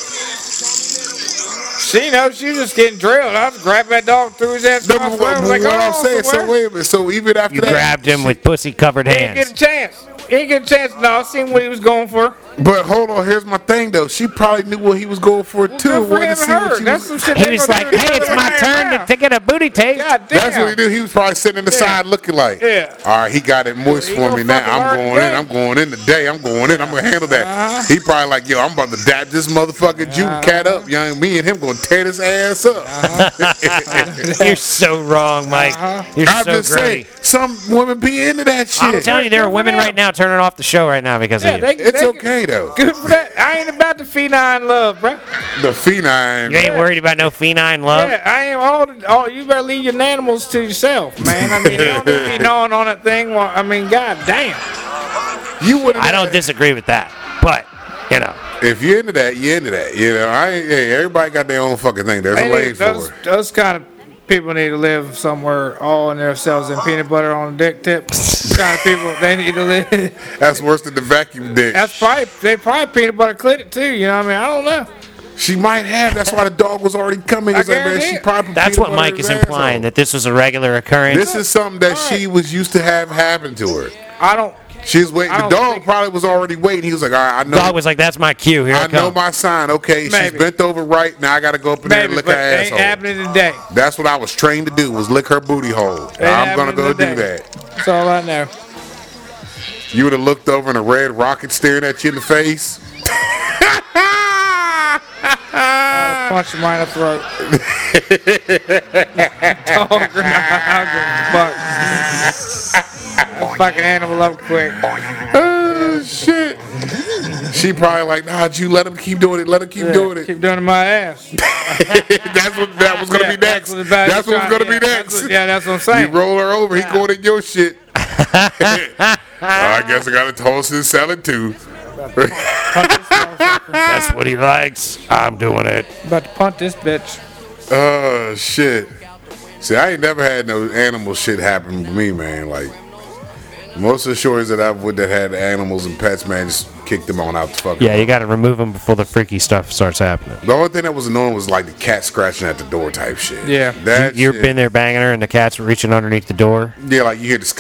Speaker 4: she knows she's just getting drilled I just grabbed that dog through his ass
Speaker 2: No,
Speaker 4: by
Speaker 2: but
Speaker 4: his throat.
Speaker 2: what,
Speaker 4: I was like,
Speaker 2: what I'm
Speaker 4: oh,
Speaker 2: saying.
Speaker 4: somewhere.
Speaker 2: So wait a minute. So even after
Speaker 1: You
Speaker 2: that,
Speaker 1: grabbed him with pussy covered
Speaker 4: he didn't get a
Speaker 1: hands.
Speaker 4: chance he didn't get a chance no I seen what he was going for
Speaker 2: but hold on. Here's my thing though. She probably knew what he was going for too.
Speaker 4: Good for
Speaker 2: wanted to
Speaker 4: him
Speaker 2: see
Speaker 4: and
Speaker 2: what
Speaker 4: her.
Speaker 2: she
Speaker 4: That's
Speaker 2: was-
Speaker 4: some shit
Speaker 1: He
Speaker 4: they
Speaker 1: was
Speaker 4: gonna
Speaker 1: like,
Speaker 4: do
Speaker 1: hey, it's
Speaker 4: other
Speaker 1: my
Speaker 4: way
Speaker 1: turn to,
Speaker 4: around.
Speaker 1: to get a booty tape.
Speaker 4: God damn.
Speaker 2: That's what he did. He was probably sitting in the side looking like,
Speaker 4: Yeah.
Speaker 2: all right, he got it moist
Speaker 4: He
Speaker 2: for
Speaker 4: gonna
Speaker 2: me now.
Speaker 4: fucking
Speaker 2: I'm
Speaker 4: learn
Speaker 2: going
Speaker 4: today.
Speaker 2: in.
Speaker 4: Uh-huh.
Speaker 2: I'm going in today. I'm going in. I'm going to handle that. He probably like, yo, I'm about to dab this motherfucking Jew cat up, young. Me and him going to tear this ass up.
Speaker 4: Uh-huh.
Speaker 2: *laughs*
Speaker 1: You're so wrong, Mike. You're
Speaker 2: I'm
Speaker 1: so
Speaker 2: just
Speaker 1: great.
Speaker 2: saying, some women be into that
Speaker 1: I'm
Speaker 2: shit.
Speaker 1: telling you, there are women
Speaker 4: Yeah.
Speaker 1: right now turning off the show right now because of
Speaker 4: Yeah,
Speaker 1: you.
Speaker 4: they,
Speaker 2: It's
Speaker 4: they-
Speaker 2: okay, though.
Speaker 4: Good for that. I ain't about the feline love, bro.
Speaker 2: The feline.
Speaker 1: You ain't worried about no feline
Speaker 2: Uh,
Speaker 1: love.
Speaker 4: Yeah, I ain't all. the- All you better leave your animals to yourself, man. I mean, you don't need
Speaker 2: *laughs*
Speaker 4: to be gnawing on that thing. Well, I mean, god damn.
Speaker 2: You wouldn't.
Speaker 1: I don't disagree with that, but you know,
Speaker 2: If you're into that, you're into that. You know, I ain't, hey, everybody got their own fucking thing. There's a
Speaker 4: They
Speaker 2: lane
Speaker 4: need-
Speaker 2: for
Speaker 4: those,
Speaker 2: it.
Speaker 4: those kind of people need to live somewhere all in themselves and peanut butter on a dick tip. Those kind of people they need to live. *laughs*
Speaker 2: That's worse than the vacuum dick.
Speaker 4: That's probably they probably peanut butter clit it too. You know what I mean? I don't know.
Speaker 2: she might have. That's why the dog was already coming.
Speaker 4: I
Speaker 2: He's like, man,
Speaker 4: guarantee
Speaker 2: she
Speaker 4: it.
Speaker 2: probably
Speaker 1: that's
Speaker 2: peanut
Speaker 1: what
Speaker 2: buttered
Speaker 1: Mike is
Speaker 2: his
Speaker 1: implying
Speaker 2: asshole.
Speaker 1: that this was a regular occurrence.
Speaker 2: This is something that
Speaker 4: All right.
Speaker 2: she was used to have happen to her.
Speaker 4: I don't
Speaker 2: She was waiting.
Speaker 4: I
Speaker 2: The
Speaker 4: don't
Speaker 2: dog
Speaker 4: think-
Speaker 2: probably was already waiting. He was like, all right, I know.
Speaker 1: Dog was like, "That's my cue. Here I,
Speaker 2: I know
Speaker 1: come."
Speaker 2: my sign. Okay,
Speaker 4: Maybe.
Speaker 2: she's bent over right now. I gotta go up in there and
Speaker 4: Baby,
Speaker 2: lick
Speaker 4: but
Speaker 2: her
Speaker 4: it ain't
Speaker 2: asshole.
Speaker 4: happening today.
Speaker 2: That's what I was trained to do was lick her booty hole. I'm gonna
Speaker 4: happening
Speaker 2: go do
Speaker 4: today.
Speaker 2: that.
Speaker 4: That's all I know.
Speaker 2: You would have looked over and a red rocket staring at you in the face.
Speaker 4: Punch him right in the throat. *laughs* Dog or not, I don't give a fuck. Fucking animal up quick.
Speaker 2: Oh shit. She probably like, nah, you let him keep doing it. Let him keep doing it. *laughs*
Speaker 4: Keep doing it in my ass.
Speaker 2: that's what that was gonna
Speaker 4: Yeah,
Speaker 2: be next.
Speaker 4: what the
Speaker 2: That's, what was
Speaker 4: bad-
Speaker 2: gonna
Speaker 4: yeah,
Speaker 2: be
Speaker 4: that's
Speaker 2: next.
Speaker 4: what- yeah, that's what I'm
Speaker 2: You
Speaker 4: saying.
Speaker 2: roll her over, *laughs* he going in your
Speaker 4: *laughs*
Speaker 2: shit. I guess I gotta toss this salad too.
Speaker 1: That's what he likes. I'm doing it.
Speaker 4: About to punt this bitch.
Speaker 2: Oh shit. See, I ain't never had no animal shit happen to me, man. Like most of the stories that I've with that had animals and pets, man, just kicked them on out the fucking.
Speaker 1: Yeah, you got to remove him before the freaky stuff starts happening.
Speaker 2: The only thing that was annoying was like the cat scratching at the door type shit.
Speaker 4: Yeah.
Speaker 2: that
Speaker 1: You've
Speaker 2: shit-
Speaker 1: been there banging her, and the cat's reaching underneath the door. *laughs*
Speaker 2: Yeah, like you hear this.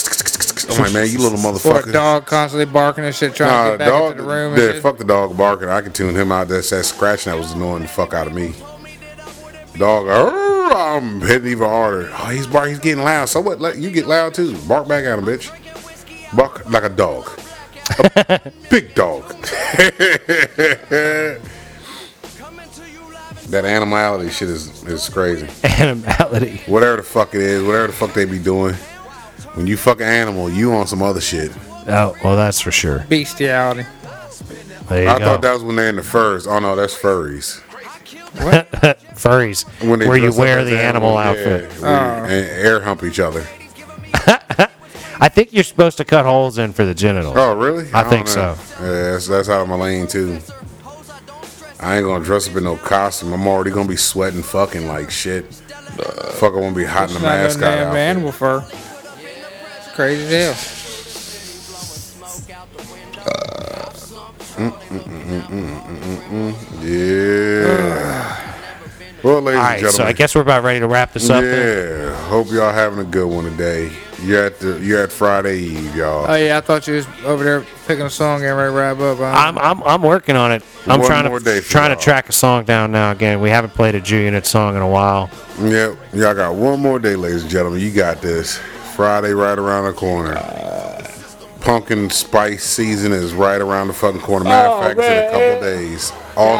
Speaker 2: I'm like, man, you little
Speaker 4: *laughs* Or
Speaker 2: motherfucker.
Speaker 4: a dog constantly barking and shit, trying
Speaker 2: Nah,
Speaker 4: to get back
Speaker 2: dog.
Speaker 4: into the room. and
Speaker 2: yeah,
Speaker 4: shit.
Speaker 2: fuck the dog barking. I can tune him out. That's that scratching that was annoying the fuck out of me. Dog, "Arr," I'm hitting even harder. Oh, he's barking. He's getting loud. So what? Let you get loud too. Bark back at him, bitch. Bark like a dog.
Speaker 4: *laughs*
Speaker 2: A big dog. *laughs* that animality shit is is crazy.
Speaker 1: Animality.
Speaker 2: Whatever the fuck it is, whatever the fuck they be doing. When you fuck an animal, you on some other shit.
Speaker 1: Oh, well, that's for sure.
Speaker 4: Bestiality.
Speaker 1: There you
Speaker 2: I
Speaker 1: go.
Speaker 2: thought that was when they're in the furs. Oh no, that's furries.
Speaker 1: Furries,
Speaker 2: When they
Speaker 1: where you
Speaker 2: dress up
Speaker 1: wear
Speaker 2: as
Speaker 1: the animal outfit.
Speaker 2: yeah, where you- and air hump each other.
Speaker 1: I think you're supposed to cut holes in for the genitals.
Speaker 2: Oh really?
Speaker 1: I
Speaker 2: don't
Speaker 1: think
Speaker 2: know. Yeah, that's that's out of my lane too. I ain't gonna dress up in no costume. I'm already gonna be sweating, fucking like shit. Fuck, I won't be hot in
Speaker 4: It's
Speaker 2: the
Speaker 4: not no
Speaker 2: mascot
Speaker 4: damn
Speaker 2: outfit.
Speaker 4: animal fur. It's crazy as hell.
Speaker 2: Yeah. well, ladies
Speaker 1: All
Speaker 2: and
Speaker 1: right,
Speaker 2: gentlemen.
Speaker 1: so I guess we're about ready to wrap this up. then.
Speaker 2: yeah. Hope y'all having a good one today. You're at the you're at Friday Eve, y'all.
Speaker 4: Oh yeah, I thought you was over there picking a song and ready to wrap up. huh?
Speaker 1: I'm, I'm, I'm working on it. I'm
Speaker 2: One
Speaker 1: trying
Speaker 2: more
Speaker 1: to
Speaker 2: day for
Speaker 1: trying to
Speaker 2: y'all. uh, Oh,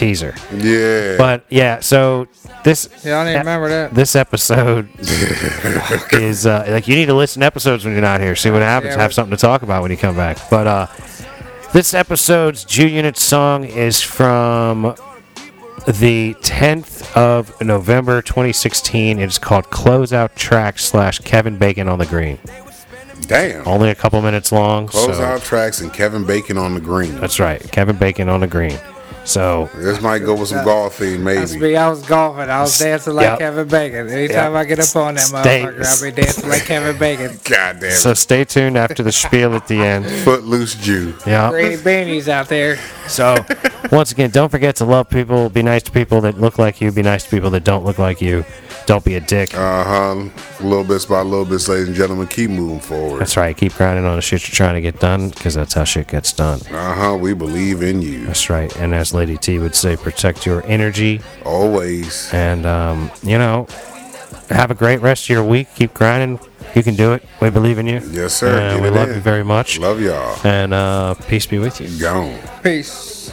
Speaker 1: Uh, uh, uh, Oh, um, Have a
Speaker 2: *laughs* *laughs* Uh. Uh-huh. Uh-huh,
Speaker 1: great rest of your week. Keep grinding. You can do it. We believe in you.
Speaker 2: Yes, sir.
Speaker 1: And
Speaker 2: Get
Speaker 1: we
Speaker 2: it
Speaker 1: love
Speaker 2: in.
Speaker 1: you very much.
Speaker 2: Love y'all.
Speaker 1: and uh, peace be with you.
Speaker 2: Gone.
Speaker 4: Peace.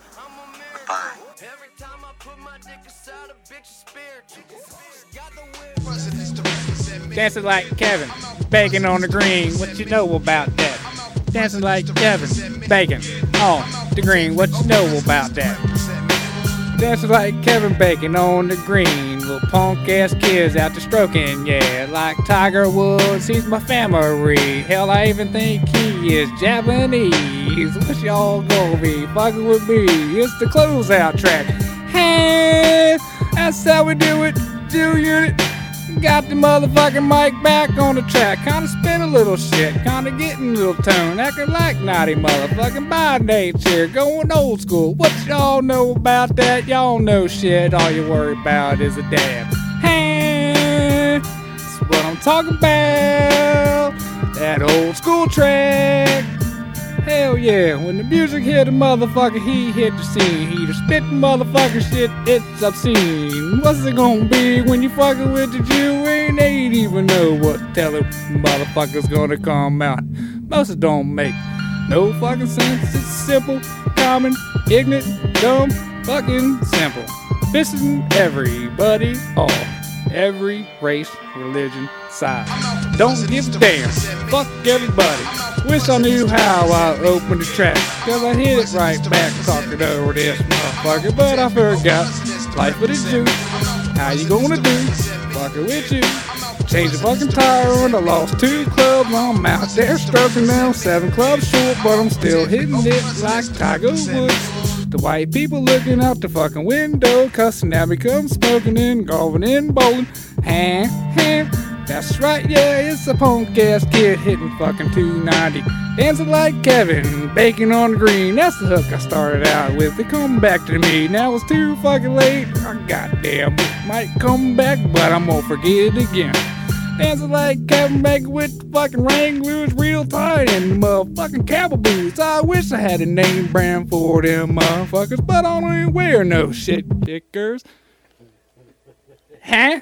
Speaker 5: Goodbye.
Speaker 6: Every time I put my dick inside a bitch, it's spiritual. Got the will.
Speaker 4: Dancing like Kevin, bacon on the green. What you know about that? Dancing like Kevin, bacon on the green. What you know about that? Dancing like Kevin Bacon on the green. Little punk ass kids out there stroking, yeah. Like Tiger Woods, he's my family. Hell, I even think he is Japanese. What y'all gonna be fucking with me? It's the closeout track. Hey, that's how we do it. Do unit. Got the motherfucking mic back on the track. Kinda spin a little shit. Kinda getting a little tone. Acting like naughty motherfucking by nature. Going old school. What y'all know about that? Y'all know shit. All you worry about is a dab. Hey, that's what I'm talking about. That old school track. Hell yeah, when the music hit a motherfucker, he hit the scene. He the spit motherfucker shit, it's obscene. What's it gonna be when you fucking with the Jew? Ain't they ain't even know what telling motherfucker's gonna come out. Most of don't make no fucking sense. It's simple, common, ignorant, dumb, fucking simple. Pissing everybody off. Every race, religion, size. Don't give a damn. Fuck everybody. Wish I knew how I opened the track. Cause I hit it right back talking over this motherfucker. But I forgot. Life with a Jew. How you gonna do? Fucking with you. Change the fucking tire and I lost two clubs. I'm out there struggling now. Seven clubs short, but I'm still hitting it like Tiger Woods. The white people looking out the fucking window, cussing now become smoking and going in bowling. Ham, ham. That's right, yeah, it's a punk ass kid hitting fucking 290. Dancing like Kevin, baking on the green. That's the hook I started out with. It come back to me. Now it's too fucking late. I goddamn it might come back, but I'm gonna forget it again. Dancing like Kevin Bacon with the fucking ring. We was real tight in the motherfucking cowboy boots. I wish I had a name brand for them motherfuckers, but I don't even wear no shit kickers. Huh?